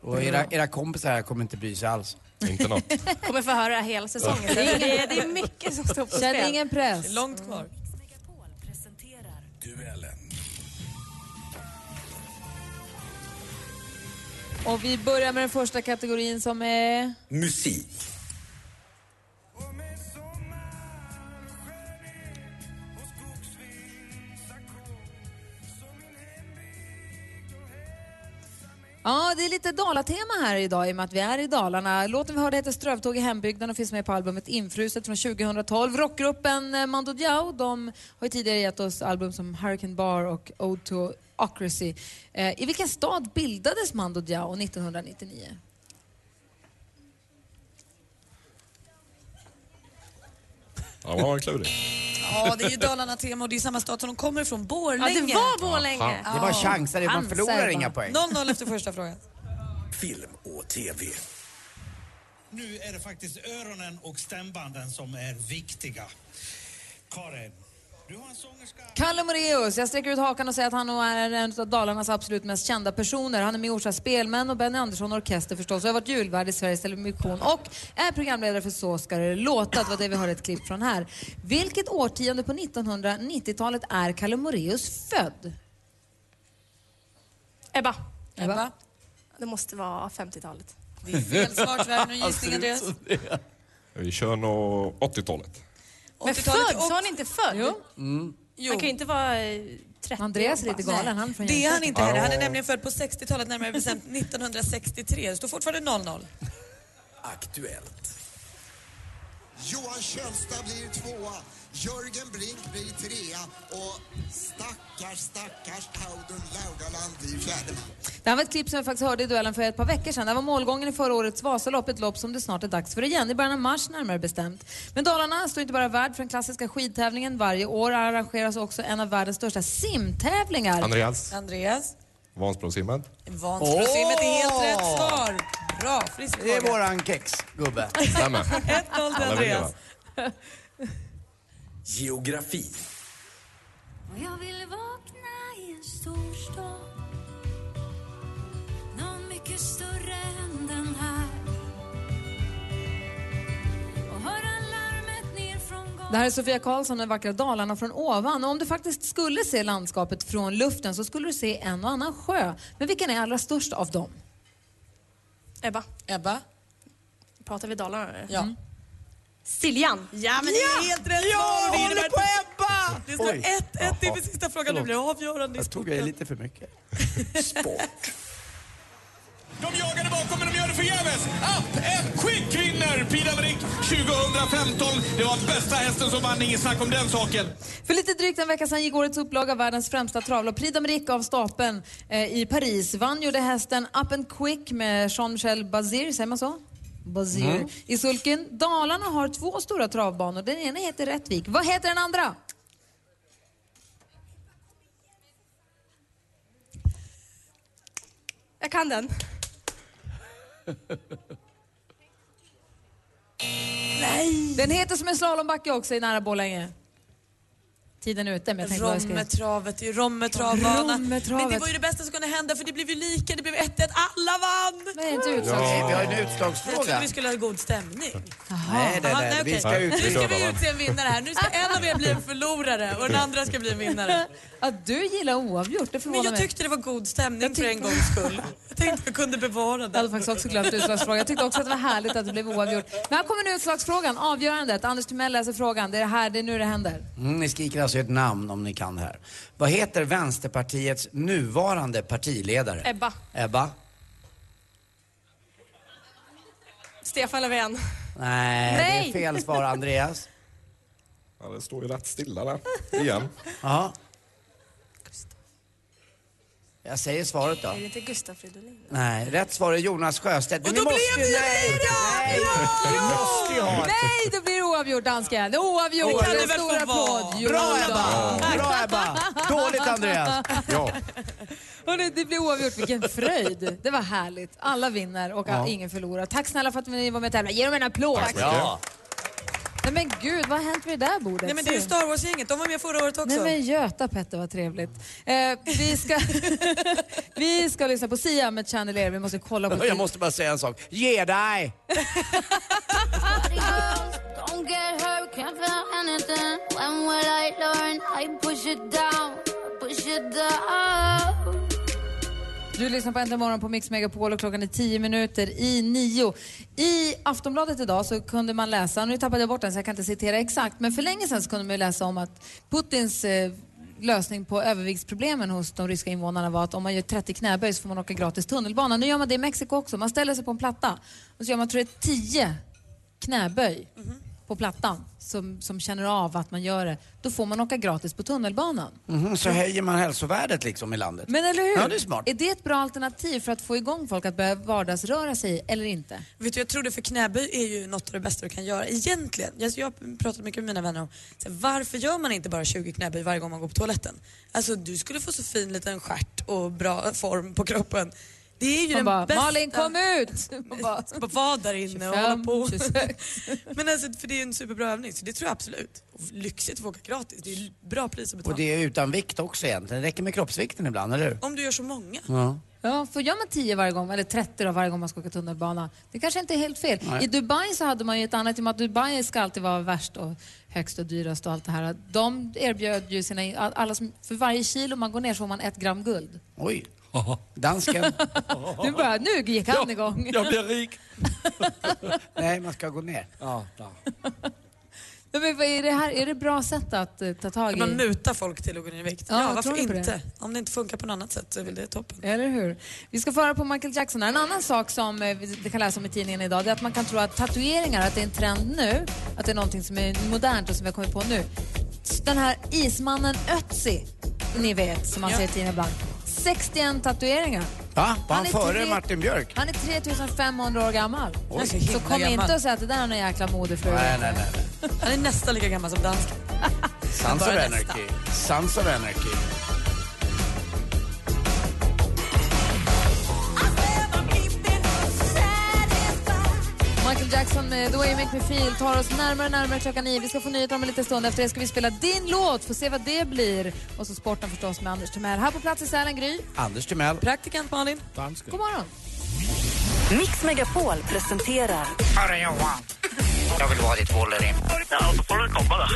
F: Och era, era kompisar här kommer inte bry sig alls.
P: Inte något.
O: Kommer få höra hela säsongen.
E: Ja.
O: Det, är, det är mycket som står på spel.
E: Känn ingen press.
G: Det är långt kvar.
E: Och vi börjar med den första kategorin som är...
Q: Musik.
E: Ja, det är lite Dalatema här idag i och med att vi är i Dalarna. Låten vi hörde heter Strövtåg i hembygden och finns med på albumet Infruset från 2012. Rockgruppen eh, Mando Diao, de har ju tidigare gett oss album som Hurricane Bar och Ode to Ocracy. Eh, I vilken stad bildades Mando Diao 1999?
P: Ja, det var klurig.
G: Ja, det är ju Dalarna-tema och det är samma stad som de kommer ifrån, Borlänge.
E: Ja, det var Borlänge.
F: Ja, fan. Det var chanser, man
G: Chanser
F: förlorar
G: bara.
F: inga poäng.
G: 0-0 efter första frågan.
Q: Film och TV.
R: Nu är det faktiskt öronen och stämbanden som är viktiga. Karin, du har en sångerska...
E: Kalle Moraeus, jag sträcker ut hakan och säger att han nog är en av Dalarnas absolut mest kända personer. Han är med i Orsa Spelmän och Benny Andersson Orkester förstås och har varit julvärd i Sveriges Television och är programledare för Så ska det låta. Det var det vi hörde ett klipp från här. Vilket årtionde på 1990-talet är Kalle Moraeus född?
O: Ebba.
E: Ebba?
O: Det måste vara 50-talet.
G: Det är fel svar tyvärr.
F: Alltså,
G: Någon
P: Alltså,
G: gissning Andreas?
P: Vi kör nog 80-talet.
O: Men
G: 80-talet
O: född? Sa han inte född? Jo. Han kan ju inte vara eh, 30
E: Andreas är
O: och
E: lite
O: bara-
E: galen. Han är från
G: Det är han
E: Jönköping.
G: inte heller. Han är
P: Ja.
G: nämligen född på 60-talet, närmare bestämt 1963. Det står fortfarande 0-0.
Q: Aktuellt. Johan Kjellstad blir tvåa, Jörgen Brink blir trea och stackars, stackars Audun Laudaland blir fjärde.
E: Det här var ett klipp som jag faktiskt hörde i duellen för ett par veckor sedan. Det här var målgången i förra årets Vasalopp, ett lopp som det snart är dags för igen. I början av mars närmare bestämt. Men Dalarna står inte bara värd för den klassiska skidtävlingen. Varje år arrangeras också en av världens största simtävlingar.
P: Andreas.
G: Andreas.
P: Vansbrosimmet.
G: Vansbrosimmet är helt rätt svar. Bra, frisk
F: Det är
G: fråga.
F: våran kexgubbe.
P: Stämmer.
G: 1-0 till Andreas.
Q: Geografi.
B: Och jag vill vakna i en storstad Någon mycket större än den här Och höra larmet ner från
E: Det här är Sofia Karlsson med vackra Dalarna från ovan. Och om du faktiskt skulle se landskapet från luften så skulle du se en och annan sjö. Men vilken är allra störst av dem?
O: Ebba.
G: Ebba.
O: Pratar vi Dalarna nu?
G: Ja.
O: Siljan. Ja,
G: men det är helt rätt svar. Det innebär- Ebba! Det står
F: Oj.
G: 1-1
F: Jaha.
G: inför sista frågan. Det blir avgörande i
F: Jag tog jag i
G: sporten.
F: lite för mycket.
S: De jagar det bakom, men de gör det förgäves. Up and quick vinner Pida Brick 2015. Det var bästa hästen som vann, inget snack om den saken.
E: För lite drygt en vecka sedan gick årets upplaga av världens främsta travlopp Prix d'Amérique av stapeln eh, i Paris. Vann gjorde hästen Up and Quick med Jean-Michel Bazir, säger man så? Bazir
B: Mm.
E: i sulken. Dalarna har två stora travbanor. Den ena heter Rättvik. Vad heter den andra?
O: Jag kan den.
E: Nej! Den heter som en slalombacke också i nära Borlänge. Tiden är ute, men jag tänkte bara jag skulle...
G: Rommetravet, det är ju Rommetravbana.
E: Rommetravet.
G: Men det var ju det bästa som kunde hända för det blev ju lika, det blev 1-1, alla vann!
E: Nej, inte
F: Vi har ju en
G: Jag trodde
F: utslagsfråga.
G: vi skulle ha god stämning.
F: Nej, nej,
G: Jaha,
F: nej. Vi
G: okej.
F: ska ut.
G: Nu ska vi utse en vinnare här. Nu ska en av er bli en förlorare och den andra ska bli en vinnare.
E: Att du gillar oavgjort, det förvånar
G: Men jag
E: mig.
G: tyckte det var god stämning för en gångs skull. Jag tänkte jag kunde bevara
E: Jag hade
G: det.
E: faktiskt också glömt utslagsfrågan. Jag tyckte också att det var härligt att det blev oavgjort. Men här kommer nu utslagsfrågan, avgörandet. Anders Timell läser frågan. Det är det här, det är nu det händer.
F: Mm, ni skriker alltså ett namn om ni kan det här. Vad heter Vänsterpartiets nuvarande partiledare?
O: Ebba.
F: Ebba?
O: Stefan Löfven.
F: Nej,
O: Nej.
F: det är fel svar Andreas.
P: Ja, det står ju rätt stilla där. Igen.
F: Ja. Jag säger svaret då.
O: Är det inte Gustav Fridolin?
F: Nej, rätt svar är Jonas Sjöstedt. Men
O: Och
F: ni
O: då
F: måste
O: blev det ju
F: nej, nej, ni måste ju ha ett.
E: Nej, det blir oavgjort dansken. Det är oavgjort.
F: Det kan det
E: En
F: väl
E: stor
F: få
E: applåd.
F: vara.
E: Jo
F: Bra,
E: då.
F: Ebba. Bra, Ebba. Dåligt, Andreas.
P: Ja.
E: Hörrni, det blir oavgjort. Vilken fröjd. Det var härligt. Alla vinner och
F: Ja.
E: ingen förlorar. Tack snälla för att ni var med och tävlade. Ge dem en applåd.
F: Tack så mycket. Ja.
E: Nej men gud, vad har hänt med det där bordet?
G: Nej men det är ju Star Wars-gänget, de var med förra året också.
E: Nej men Göta Petter, vad trevligt. Eh, vi, ska, vi ska lyssna på Sia med Channel Air. Vi måste kolla på
F: Jag måste bara säga en sak. Ge dig!
B: Don't get hurt, can't feel anything. When will I learn? I push it down, push it down.
E: Du lyssnar på Äntligen morgon på Mix Megapol och klockan är 10 minuter i nio. I Aftonbladet idag så kunde man läsa, nu tappade jag bort den så jag kan inte citera exakt, men för länge sedan så kunde man ju läsa om att Putins eh, lösning på överviktsproblemen hos de ryska invånarna var att om man gör 30 knäböj så får man åka gratis tunnelbana. Nu gör man det i Mexiko också. Man ställer sig på en platta och så gör man, tror jag, 10 knäböj på plattan som, som känner av att man gör det. Då får man åka gratis på tunnelbanan.
F: Mhm, så höjer man hälsovärdet liksom i landet.
E: Men eller hur?
F: Ja, det är smart.
E: Är det ett bra alternativ för att få igång folk att börja vardagsröra sig eller inte?
G: Vet du, jag tror det för knäböj är ju något av det bästa du kan göra egentligen. Jag, jag har pratat mycket med mina vänner om så här, varför gör man inte bara 20 knäböj varje gång man går på toaletten? Alltså du skulle få så fin liten stjärt och bra form på kroppen. Det är ju
E: Man
G: den
E: bara,
G: bästa...
E: "Malin, kom ut! Man bara,
G: bara vara där inne och
E: 25,
G: hålla på.
E: 26.
G: Men alltså, för det är ju en superbra övning så det tror jag absolut. Och lyxigt att få åka gratis. Det är ju bra pris att
F: Och
G: betala.
F: det är utan vikt också egentligen. Det räcker med kroppsvikten ibland, eller hur?
G: Om du gör så många.
F: Ja.
E: Ja, för gör man 10 varje gång, eller 30 då, varje gång man ska åka tunnelbana, det kanske inte är helt fel.
F: Nej.
E: I Dubai så hade man ju ett annat, i och med att Dubai ska alltid vara värst och högst och dyrast och allt det här. De erbjöd ju sina, alla som, för varje kilo man går ner så får man ett gram guld.
F: Oj. Dansken.
E: Nu, bara, nu gick han igång.
F: rik. Nej, man ska gå ner. Ja,
E: Ja, Men vad är det här, är det bra sätt att eh, ta tag i?
G: Kan man muta folk till att gå ner i vikt?
E: Ja,
G: Ja,
E: jag
G: varför
E: tror på det.
G: inte? Om det inte funkar på något annat sätt så är väl det toppen.
E: Eller hur? Vi ska föra på Michael Jackson. här. En annan sak som eh, vi vi kan läsa om i tidningen idag det är att man kan tro att tatueringar, att det är en trend nu, att det är någonting som är modernt och som vi har kommit på nu. Den här ismannen Ötzi, ni vet, som man
B: Ja.
E: ser i tidningen ibland. 61 tatueringar.
F: Va? Var han,
E: är
F: före
E: tre-
F: Martin Björk?
E: Han är 3500 år gammal.
F: Oj.
E: så
F: Så
E: kom
F: himla
E: inte
F: gammal.
E: och säg att det där är någon jäkla modefluga.
F: Nej, nej, nej. nej.
G: Han är nästan lika gammal som dansken.
F: Sons of
G: Bara nästa.
F: Anarchy. Sons of Anarchy.
E: Michael Jackson med The Way You Make Me Feel tar oss närmare och närmare klockan nio. Vi ska få nyheter om en liten stund. Efter det ska vi spela din låt, få se vad det blir. Och så sporten förstås med Anders Timell. Här på plats i Sälen, Gry.
F: Anders Timell.
E: Praktikant Malin. God morgon.
A: Mix Megapol presenterar...
D: Hörru Johan, jag vill vara ditt Wolverine. Ja, då får du komma då.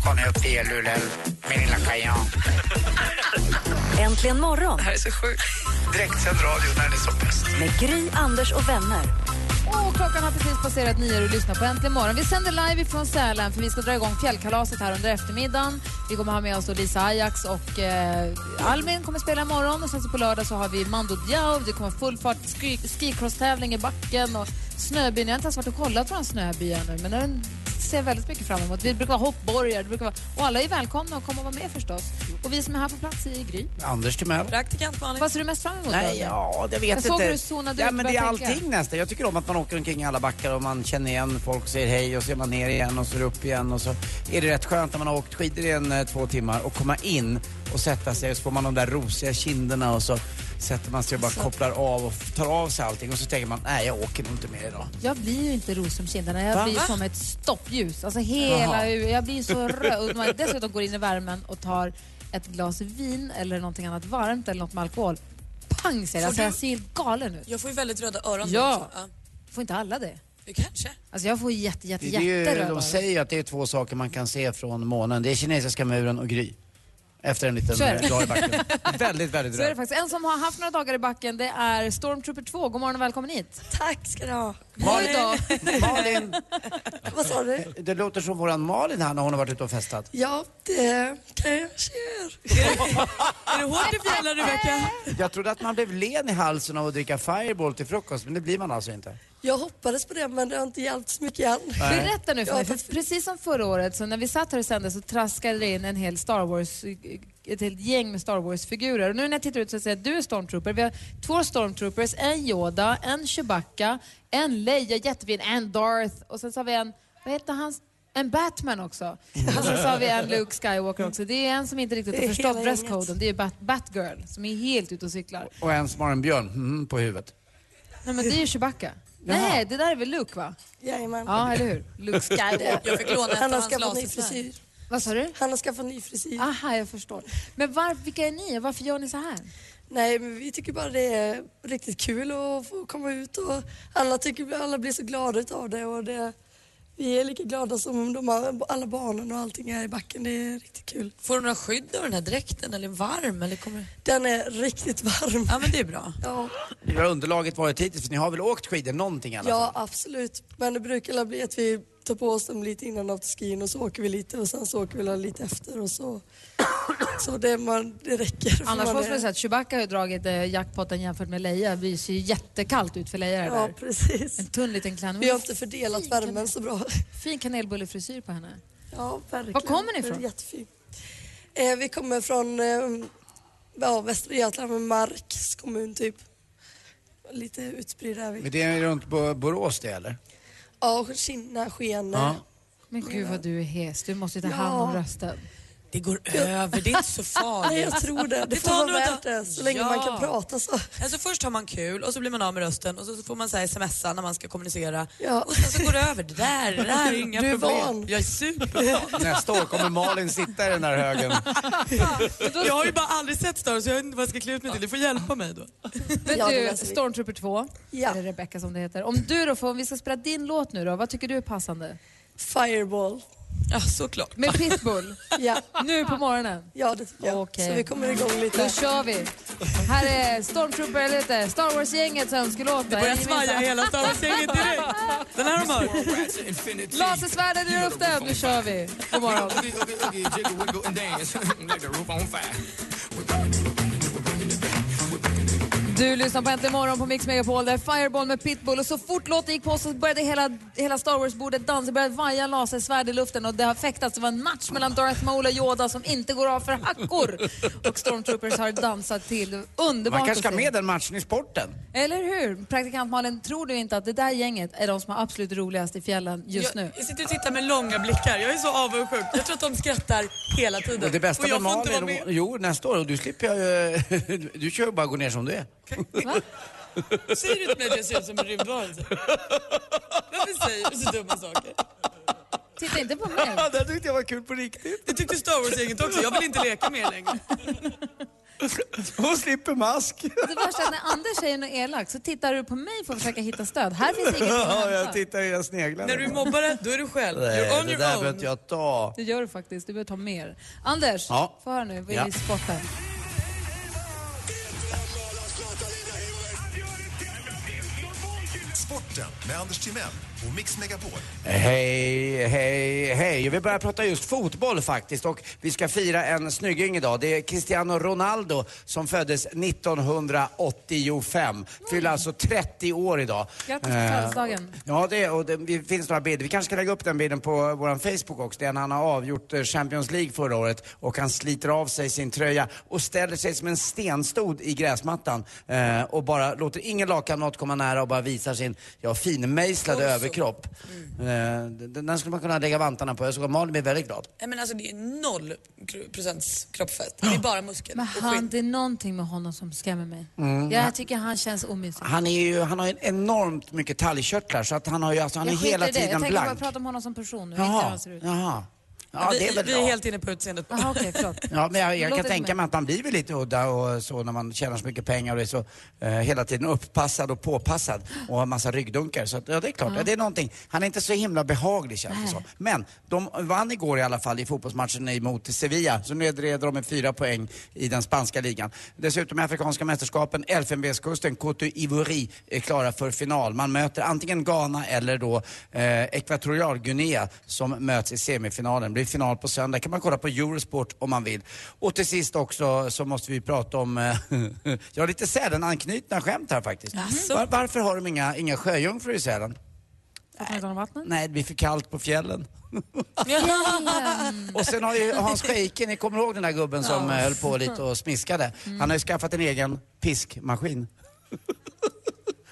D: Kom nu upp till Luleälv, min lilla kajan.
A: Äntligen morgon
C: Det här är så sjukt.
D: Direktsänd radio när det är som bäst.
A: med Gry, Anders och vänner.
E: Och klockan har precis passerat nio och du lyssnar på Äntligen morgon. Vi sänder live ifrån Sälen för vi ska dra igång fjällkalaset här under eftermiddagen. Vi kommer ha med oss då Lisa Ajax och eh, Almin kommer spela imorgon och sen så på lördag så har vi Mando Diao. Det kommer full fart ski- skicross-tävling i backen och snöbyn. Jag har inte ens varit och kollat på en snöby ännu men den ser jag väldigt mycket fram emot. Vi brukar ha hoppborgar det brukar vara, och alla är välkomna och kommer att vara med förstås. Och vi som är här på plats i Gry.
F: Anders Timell.
E: Praktikant Malin. Vad ser du mest fram emot?
F: Nej,
E: Daniel?
F: ja, det vet
E: jag
F: inte.
E: såg hur du zonade
F: ja,
E: ut
F: men
E: och
F: det är
E: började tänka.
F: allting nästan. Jag tycker om att man åker omkring i alla backar och man känner igen folk, säger hej och så är man ner igen och så är det upp igen och så är det rätt skönt när man har åkt skidor i en eh, två timmar och komma in och sätta sig och så får man de där rosiga kinderna och så sätter man sig och bara kopplar av och tar av sig allting och så tänker man nej jag åker nog inte mer idag.
E: Jag blir ju inte ros om kinderna. Jag
F: Va?
E: blir
F: Va?
E: som ett stoppljus. Alltså hela
F: Jaha.
E: ur, Jag blir så röd. Och man dessutom går in i värmen och tar ett glas vin eller någonting annat varmt eller något med alkohol. Pang säger det. Alltså
G: Får du-
E: jag ser helt galen ut.
G: Jag får ju väldigt röda öron.
E: Ja.
G: också.
E: Får inte alla det?
G: Kanske.
E: Alltså jag får jätte, jätte,
F: Det är ju,
E: jätteröda
F: de säger ju att det är två saker man kan se från månen. Det är kinesiska muren och Gry. Efter en liten
E: Så är det.
F: eh, dag i backen. väldigt, väldigt
E: Så är det
F: röd.
E: faktiskt. En som har haft några dagar i backen det är Stormtrooper 2. God morgon och välkommen hit.
G: Tack ska du ha.
E: Malin.
F: Malin.
G: Vad sa du?
F: Det låter som våran Malin här när hon har varit ute och festat.
G: Ja, det kanske jag gör. Är det hårt i fjällen Rebecka?
F: Jag trodde att man blev len i halsen av att dricka Fireball till frukost, men det blir man alltså inte.
T: Jag hoppades på det men det har inte hjälpt så mycket än.
F: Nej.
E: Berätta nu för
T: Ja,
E: mig, för precis som förra året så när vi satt här och sände så traskade det in en hel Star Wars, ett helt gäng med Star Wars-figurer. Och nu när jag tittar ut så ser jag att du är stormtrooper. Vi har två stormtroopers, en Yoda, en Chewbacca, en Leia, jättefin, en Darth och sen så har vi en, vad heter han? En Batman också. Och sen så har vi en Luke Skywalker också. Det är en som inte riktigt
T: Det
E: har
T: är hela
E: förstått
T: gänget.
E: dresskoden. Det är ju Bat- Batgirl som är helt ute och cyklar.
F: Och en som har en björn mm, på huvudet.
E: Nej men det är ju Chewbacca. Nej, det där är väl Luke va?
T: Jajamän.
E: Ja, eller hur? Luke Skywalker.
T: Jag fick låna ett
E: Han
T: av
E: har
T: hans
E: skaffat ny
T: lasersvärd.
E: frisyr. Vad sa du?
T: Han har skaffat ny frisyr.
E: Aha, jag förstår. Men var, vilka är ni och varför gör ni så här?
T: Nej, men vi tycker bara det är riktigt kul att få komma ut och alla, tycker, alla blir så glada utav det och det, vi är lika glada som de, här- alla barnen och allting här i backen. Det är riktigt kul.
G: Får du några skydd av den här dräkten eller varm? Eller kommer...
T: Den är riktigt varm.
G: Ja, men det är bra.
T: Ja,
F: Hur har underlaget varit hittills? För ni har väl åkt skidor någonting i alla
T: ja absolut. Men det brukar väl bli att vi tar på oss dem lite innan afterskin och så åker vi lite och sen så åker vi lite efter och så. Så det, man, det räcker. för
E: Annars
T: man
E: måste
T: är-
E: man säga att Chewbacca har ju dragit eh, jackpotten jämfört med Leia. Det ser ju jättekallt ut för Leia det
T: Ja,
E: där.
T: precis.
E: En tunn liten klänning.
T: Vi har inte fördelat värmen så bra.
E: Fin kanelbullefrisyr på henne.
T: Ja, verkligen.
E: Var kommer ni ifrån?
T: Det är jättefint. Eh, vi kommer från eh, ja, Västra Götaland, men Marks kommun typ. Lite utspridda är
F: fall?
T: vi.
F: Men det är runt Bo- Borås det eller?
T: Ja, Kinna, Skene.
F: Ja.
E: Men gud vad du är hes. Du måste ju ta
T: Ja.
E: hand om rösten.
G: Det går över, det är inte så farligt.
T: Nej, jag tror det. Det får
G: tar
T: vara
G: några
T: värt
G: dagar.
T: det, så länge man kan prata så.
G: Alltså först har man kul och så blir man av med rösten och så så får man så här smsa när man ska kommunicera.
T: Ja.
G: Och sen så går det över. Det där, det där är inga
T: Du är
G: problem.
T: van.
G: Jag är supervan.
F: Nästa år kommer Malin sitta i den där högen.
G: Jag har ju bara aldrig sett Star Wars, så jag vet inte vad jag ska klä ut mig till. Du får hjälpa mig då.
E: Men
G: Ja, det
E: du,
G: löser vi.
E: Stormtrooper 2, eller Rebecca som det heter. Om du då får, om vi ska spela din låt nu då, vad tycker du är passande?
T: Fireball.
G: Ja, såklart.
E: Med Pitbull?
T: ja.
E: Nu på morgonen?
T: Ja, det tycker jag.
E: Okej.
T: Så vi kommer igång lite.
E: Då kör vi. Här är Stormtrooper, eller heter Star Wars-gängets önskelåt.
G: Det börjar svaja hela Star Wars-gänget direkt. Den här har de hört.
E: Lasersvärden i luften, nu kör vi. God morgon. Du lyssnar på Äntligen morgon på Mix Megapol. Där Fireball med Pitbull. Och så fort låten gick på så började hela, hela Star Wars-bordet dansa. Det började vaja lasersvärd i luften och det har fäktats. Det var en match mellan Darth Maul och Yoda som inte går av för hackor. Och Stormtroopers har dansat till. Underbart
F: Man kanske ska
E: att se.
F: med den matchen i sporten.
E: Eller hur? Praktikant Malin, tror du inte att det där gänget är de som är absolut roligast i fjällen just
G: jag,
E: nu?
G: jag sitter och tittar med långa blickar. Jag är så avundsjuk. Jag tror att de skrattar hela tiden.
F: Och det bästa
G: och jag
F: med
G: får inte vara
F: Malin,
G: med.
F: jo nästa år, och du slipper jag ju, du kör ju bara gå ner som du är.
G: Säger du till mig att jag ser ut som en rymdvarelse? Varför säger du så dumma saker?
E: Titta inte på mig.
F: det tyckte jag var kul på riktigt.
G: Det tyckte Star Wars-gänget också. Jag vill inte leka med er längre.
F: Hon slipper mask.
E: Det värsta är att när Anders säger något elakt så tittar du på mig för att försöka hitta stöd. Här finns inget att
F: Ja, jag
E: hämta.
F: tittar, jag sneglar.
G: När du är mobbare, då är du själv.
F: Nej,
G: You're on
F: det
G: your
F: där
G: own.
F: behöver inte jag ta.
E: Det gör du faktiskt. Du behöver ta mer. Anders,
F: Ja.
E: få höra nu. Vad är
F: Ja.
E: det i sporten?
N: Sporten med Anders Timell och Mix Megapol.
F: Hej, hej, hej. Vi börjar prata just fotboll faktiskt och vi ska fira en snygging idag. Det är Cristiano Ronaldo som föddes 1985. Fyller alltså 30 år idag.
E: Grattis
F: Eh,
E: på födelsedagen.
F: Ja, det, och det det finns några bilder. Vi kanske ska lägga upp den bilden på vår Facebook också. Det är när han har avgjort eh, Champions League förra året och han sliter av sig sin tröja och ställer sig som en stenstod i gräsmattan eh, och bara låter ingen lakamrat komma nära och bara visar sin ja, finmejslade överkropp. Eh, den, den skulle man kunna lägga vantarna på. Jag såg att Malin blev väldigt glad.
G: Nej, men alltså, det är noll kro- procents kroppsfett. Det är bara muskel
E: Men
G: och
E: han,
G: skinn.
E: det är någonting med honom som skrämmer mig.
F: Mm.
E: Jag tycker han känns omysig.
F: Han, är ju, han har ju enormt mycket talgkörtlar så att han, har ju, alltså, han är
E: jag skiter
F: hela
E: i det. Jag
F: tiden
E: tänker bara
F: blank.
E: prata om honom som person nu, inte hur
F: Jaha,
E: han ser ut.
F: jaha. Ja,
G: vi,
F: det är väl
G: vi
F: bra.
G: är helt inne på utseendet.
E: Jaha, okej, förlåt.
F: Ja, men jag, jag
E: Låt
F: kan
E: det
F: tänka
E: mig.
F: mig att man blir väl lite udda och så när man tjänar så mycket pengar och är så eh, hela tiden upppassad och påpassad och har massa ryggdunkar. Så att, ja, det är klart,
R: Ja.
F: ja. det är någonting. Han är inte så himla behaglig känns det som. Men de vann igår i alla fall i fotbollsmatchen mot Sevilla. Så nu leder de med fyra poäng i den spanska ligan. Dessutom i Afrikanska mästerskapen, Elfenbenskusten, Cote d'Ivoire är klara för final. Man möter antingen Ghana eller då eh, Ekvatorialguinea som möts i semifinalen. Det blir final på söndag. kan man kolla på Eurosport om man vill. Och till sist också så måste vi prata om, eh, jag har lite Sälen-anknutna skämt här faktiskt. Var, varför har de inga, inga sjöjungfrur i Sälen?
E: Att han inte har vattnet?
F: Nej, det blir för kallt på fjällen. Och sen har ju Hans Scheike, ni kommer ihåg den där gubben som
R: Ja.
F: eh, höll på lite och smiskade.
E: Mm.
F: Han har ju skaffat en egen piskmaskin.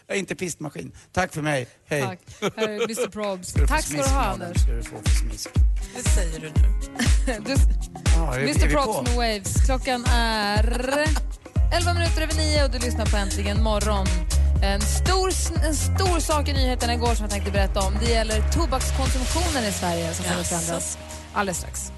F: Ja, inte pistmaskin. Tack för mig. Hej.
E: Tack. Här är Mr. Probs.
F: du få
E: Tack ska du
F: smisk,
E: ha,
F: Malin?
E: Anders.
F: Ska du få för smisk?
G: Det säger du nu.
E: Du,
F: Ja, är- är
E: Mr
F: vi
E: Props
F: på?
E: med Waves. Klockan är 11 minuter över 9 och du lyssnar på Äntligen morgon. En stor, en stor sak i nyheterna igår som jag tänkte berätta om. Det gäller tobakskonsumtionen i Sverige som kommer att förändras alldeles strax.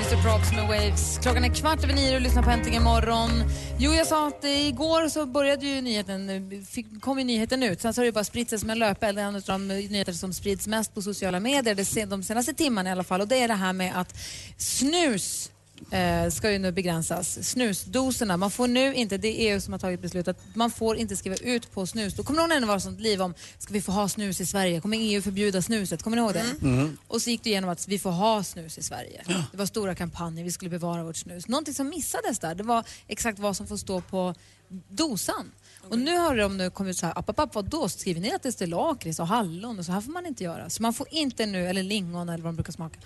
E: Mr Props med Waves. Klockan är kvart över nio och lyssnar på Äntligen morgon. Jo, jag sa att eh, igår så började ju nyheten, eh, fick, kom ju nyheten ut. Sen så har det ju bara spritt sig som en löpeld. Det är en av de nyheter som sprids mest på sociala medier det, se- de senaste timmarna i alla fall. Och det är det här med att snus eh, ska ju nu begränsas. Snusdoserna. Man får nu inte, det är EU som har tagit beslut att man får inte skriva ut på snus. Då kommer någon ändå vara sånt liv om, ska vi få ha snus i Sverige? Kommer EU förbjuda snuset? Kommer ni ihåg det?
R: Mm.
E: Och så gick det igenom att vi får ha snus i Sverige. Det var stora kampanjer, vi skulle bevara vårt snus. Någonting som missades där, det var exakt vad som får stå på dosan. Och nu har de nu kommit så här, app, app, app, vadå? Skriver ni att det står lakrits och hallon? Och så här får man inte göra. Så man får inte nu, eller lingon eller vad de brukar smaka.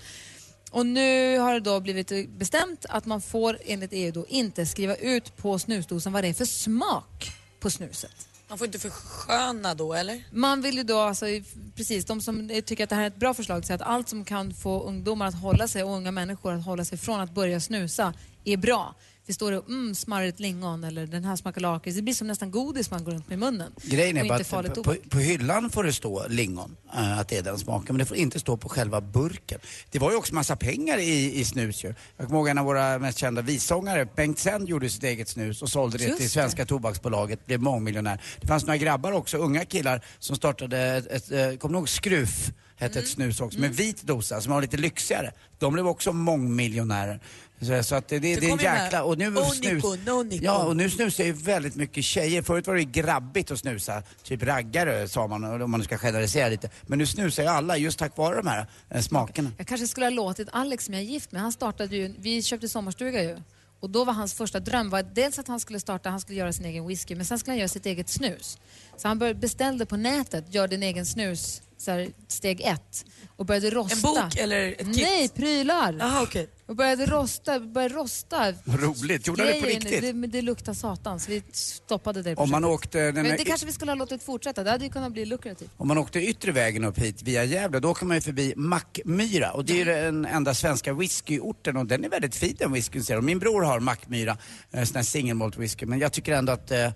E: Och nu har det då blivit bestämt att man får enligt EU då inte skriva ut på snusdosan vad det är för smak på snuset.
G: Man får inte försköna då, eller?
E: Man vill ju då, alltså, i- precis, de som eh, tycker att det här är ett bra förslag säger att allt som kan få ungdomar att hålla sig och unga människor att hålla sig från att börja snusa är bra. För står det mm, smarrigt lingon eller den här smakar lakrits, det blir som nästan godis man går runt med i munnen.
F: Grejen
E: Och
F: är bara
E: inte farligt
F: att på,
E: tobak.
F: på hyllan får det stå lingon, eh, att det är den smaken, men det får inte stå på själva burken. Det var ju också massa pengar i, i snus ju. Jag kommer ihåg en av våra mest kända vissångare, Bengt Sen gjorde sitt eget snus och sålde det
R: Just
F: till svenska tobaksbolaget, blev mångmiljonär. Det fanns några grabbar också, unga killar, som startade ett, ett eh, kommer du ihåg Skruf? hette ett
E: Mm.
F: snus också, med vit dosa som var lite lyxigare. De blev också mångmiljonärer. Så, så att det, det,
U: Så
F: det är en
U: kom den här
F: jäkla... Och nu snus...
U: Onikon, Onikon.
F: Ja, och nu snusar ju väldigt mycket tjejer. Förut var det ju grabbigt att snusa, typ raggare sa man om man nu ska generalisera lite. Men nu snusar ju alla just tack vare de här eh, smakerna.
E: Jag kanske skulle ha låtit Alex, som jag är gift med, han startade ju, vi köpte sommarstuga ju. Och då var hans första dröm var dels att han skulle starta, han skulle göra sin egen whisky, men sen skulle han göra sitt eget snus. Så han började, beställde på nätet, gör din egen snus, så här, steg ett. Och började rosta.
G: bok eller ett kit?
E: Nej, prylar.
G: Jaha, okej.
E: Och började rosta, började rosta.
F: Vad roligt, gjorde han det på
E: grejen.
F: riktigt?
E: Det, men det luktar satans. Vi stoppade det
F: Om man
E: projektet.
F: åkte den
E: Men
F: här-
E: det kanske vi skulle ha låtit fortsätta, det hade ju kunnat bli lukrativt.
F: Om man åkte yttre vägen upp hit via Gävle, då kan man ju förbi Mackmyra. Och det är ju den enda svenska whiskyorten och den är väldigt fin den whiskyn ser jag. Och Min bror har Mackmyra, eh, sån här single malt whisky. Men jag tycker ändå att... Eh,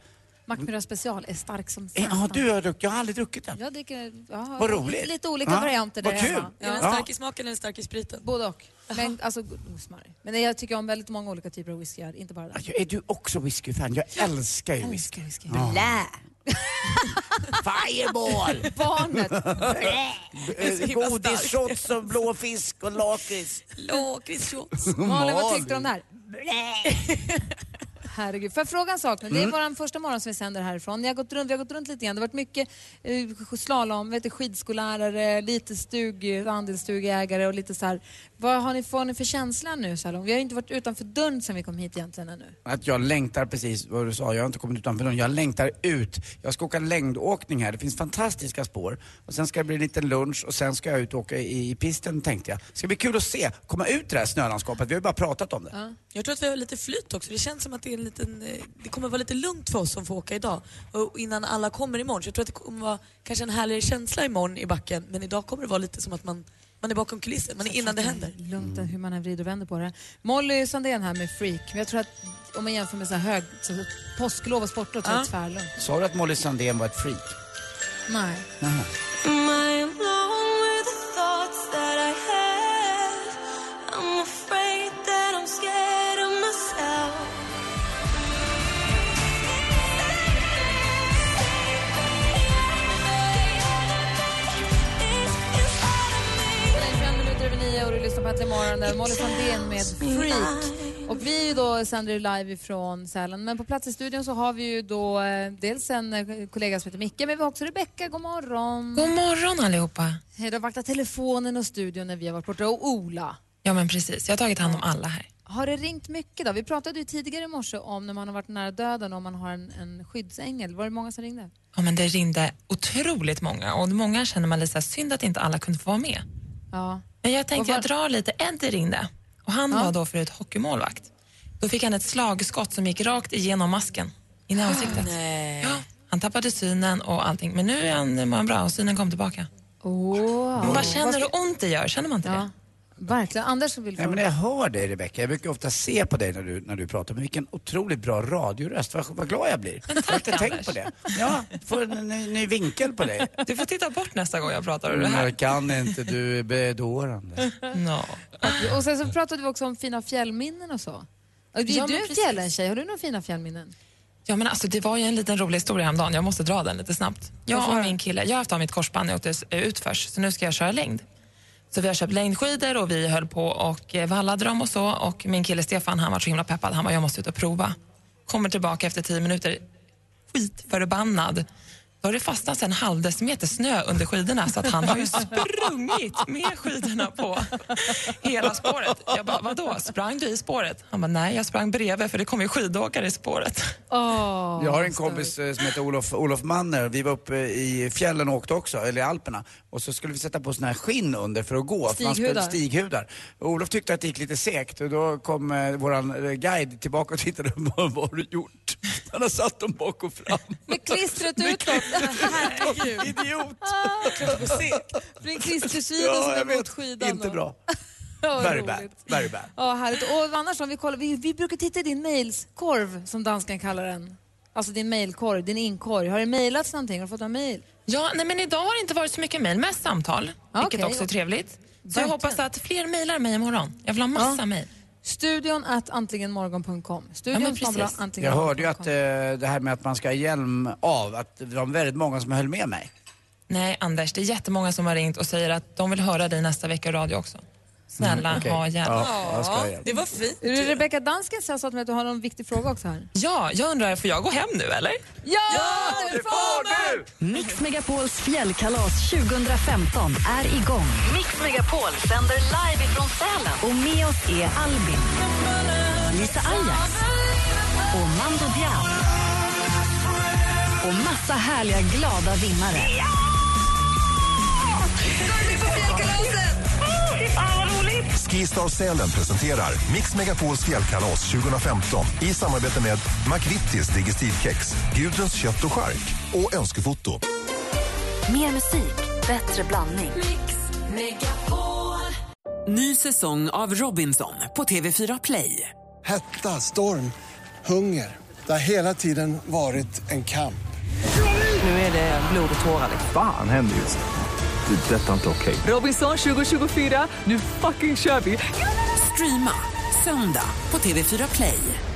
E: Mackmyra special är stark som
F: eh, ja, du har druckit, jag har aldrig druckit den.
E: Jag dricker ja,
F: Vad roligt.
E: lite olika
F: Ja,
E: varianter där
F: vad kul.
E: hemma.
F: Är den stark
E: i smaken eller stark i spriten? Både och. Men, alltså, god- osmarrig. Men jag tycker om väldigt många olika typer av whiskyer, inte bara den.
F: Ja, Alltså, Är du också whiskyfan? Jag älskar ju whisky. Ja.
E: Blä!
F: Fireball!
E: Barnet!
F: Eh, Godisshots och blåfisk och lakrits.
E: Lakritsshots. Malin, vad tyckte du om det här? Herregud. Får jag fråga en sak nu? Det är
F: Mm.
E: vår första morgon som vi sänder härifrån. Jag har gått runt, vi har gått runt lite grann. Det har varit mycket eh, slalom, vet du, skidskollärare, lite stug, andelsstugägare och lite så här. Vad har ni, vad har ni för känsla nu så här långt? Vi har ju inte varit utanför dörren sedan vi kom hit egentligen ännu.
F: Att jag längtar precis vad du sa, jag har inte kommit utanför någon. Jag längtar ut. Jag ska åka längdåkning här, det finns fantastiska spår. Och sen ska det bli en liten lunch och sen ska jag ut och åka i, i pisten tänkte jag. Det ska bli kul att se, komma ut ur det här snölandskapet. Vi har ju bara pratat om det.
G: Jag tror att vi har lite flyt också. Det känns som att det, är en liten, eh, det kommer vara lite lugnt för oss som får åka idag och innan alla kommer imorgon. Så jag tror att det kommer vara kanske en härligare känsla imorgon i backen men idag kommer det vara lite som att man, man är bakom kulissen, man är innan det händer.
E: Lugnt hur man än vrider och vänder på det. Molly Sandén här med Freak. Men jag tror att om man jämför med så här hög, så påsklov och sportlov så är det tvärlugnt.
F: Sa du att Molly Sandén var ett freak?
E: Nej.
F: Jaha.
V: Am I alone with the thoughts that I have? I'm afraid that I'm scared of myself.
E: Fem minuter över nio och du lyssnar på Äntligen morgon där Molly Sandén med Freak. Och vi är ju då sänder ju live ifrån Sälen, men på plats i studion så har vi ju då eh, dels en eh, kollega som heter Micke, men vi har också Rebecka. God morgon!
U: God morgon allihopa.
E: Hej, du har vaktat telefonen och studion när vi har varit borta. Och Ola,
U: Ja men precis, jag har tagit hand om alla här.
E: har det ringt mycket då? Vi pratade ju tidigare i morse om när man har varit nära döden om man har en, en skyddsängel. Var det många som ringde?
U: Ja men det ringde otroligt många och många känner man lite så här, synd att inte alla kunde få vara med.
E: Ja.
U: Men jag tänkte jag drar lite, Eddie ringde och han var då förut hockeymålvakt. Då fick han ett slagskott som gick rakt igenom masken, in i
F: Ah,
U: ansiktet. Ja, han tappade synen och allting men nu är han, mår han bra och synen kom tillbaka.
E: Oh.
U: Man bara känner hur ont det gör, känner man inte det?
E: Verkligen. Anders vill
F: Ja, men jag hör dig Rebecka, jag brukar ofta se på dig när du, när du pratar, men vilken otroligt bra radioröst. Vad, vad glad jag blir. Jag har inte tänkt på det. Ja, får en ny, ny vinkel på dig.
U: Du får titta bort nästa gång jag pratar om det här.
F: Jag kan inte, du är bedårande.
U: No.
E: Och sen så pratade vi också om fina fjällminnen och så. Och Är
U: Ja, men
E: du
U: precis.
E: fjällen tjej? Har du några fina fjällminnen?
U: Ja, men alltså, det var ju en liten rolig historia häromdagen. Jag måste dra den lite snabbt. Jag och min kille, jag har haft av mitt korsband när jag åkte s- utförs, så nu ska jag köra längd. Så vi har köpt längdskidor och vi höll på och eh, vallade dem och så. Och min kille Stefan, han var så himla peppad. Han bara, jag måste ut och prova. Kommer tillbaka efter tio minuter, skitförbannad. Då har det fastnat en halv decimeter snö under skidorna så att han har ju sprungit med skidorna på hela spåret. Jag bara, vadå, sprang du i spåret? Han bara, nej, jag sprang bredvid för det kom ju skidåkare i spåret.
F: Jag har en kompis eh, som heter Olof, Olof Manner. Vi var uppe i fjällen och åkte också, eller i Alperna. Och så skulle vi sätta på såna här skinn under för att gå. För man
W: Stighudar.
F: skulle, stighudar. Och Olof tyckte att det gick lite segt och då kom eh, våran eh, guide tillbaka och tittade. Vad vad har du gjort? Han har satt dem bak och fram.
E: Med klistret utåt. Herregud.
F: Idiot.
E: Blir en klistersida som är mot skidan.
F: Inte
E: då.
F: bra.
E: Ja, vad
F: Very
E: roligt.
F: bad. Very bad.
E: Ja, härligt. Och annars om vi kollar, vi, vi brukar titta i din mailskorv som danskan kallar den. Alltså din mailkorg, din inkorg. Har det mejlats någonting? Har du fått några mejl?
U: Ja, nej, men idag har det inte varit så mycket mejl, mest samtal, vilket
E: okej.
U: också är trevligt. Så jag
E: Verkligen.
U: hoppas att fler mejlar mig imorgon. Jag vill ha massa mejl.
E: Studion at antligenmorgon.com. Studion
U: Ja, men precis.
E: snabel-a antligen-
F: Jag hörde ju att eh, det här med att man ska ha hjälm av, att det var väldigt många som höll med mig.
U: Nej, Anders, det är jättemånga som har ringt och säger att de vill höra dig nästa vecka i radio också. Snälla,
E: Mm, okej.
U: ha hjälp.
E: Ja, jag ska ha hjälp.
G: Det var fint.
E: Rebecka Dansken sa så att du har någon viktig fråga också här.
U: Ja, jag undrar, får jag gå hem nu eller?
E: Ja,
A: det får du! Mix Megapols fjällkalas 2015 är igång.
C: Mix Megapol sänder live ifrån Sälen.
A: Och med oss är Albin, Lisa Ajax och Mando Diao. Och massa härliga glada vinnare.
N: Skistar Sälen presenterar Mix Megapols fjällkalas 2015 i samarbete med McVittys Digestivkex, Gudruns kött och skark och Önskefoto.
A: Mer musik, bättre blandning.
H: Ny säsong av Robinson på TV4 Play.
I: Hetta, storm, hunger. Det har hela tiden varit en kamp.
H: Nu är det blod och tårar.
W: Fan händer just nu. Det. är Detta är inte okej.
H: Robinson 2024, nu fucking kör vi! Streama söndag på TV4 Play.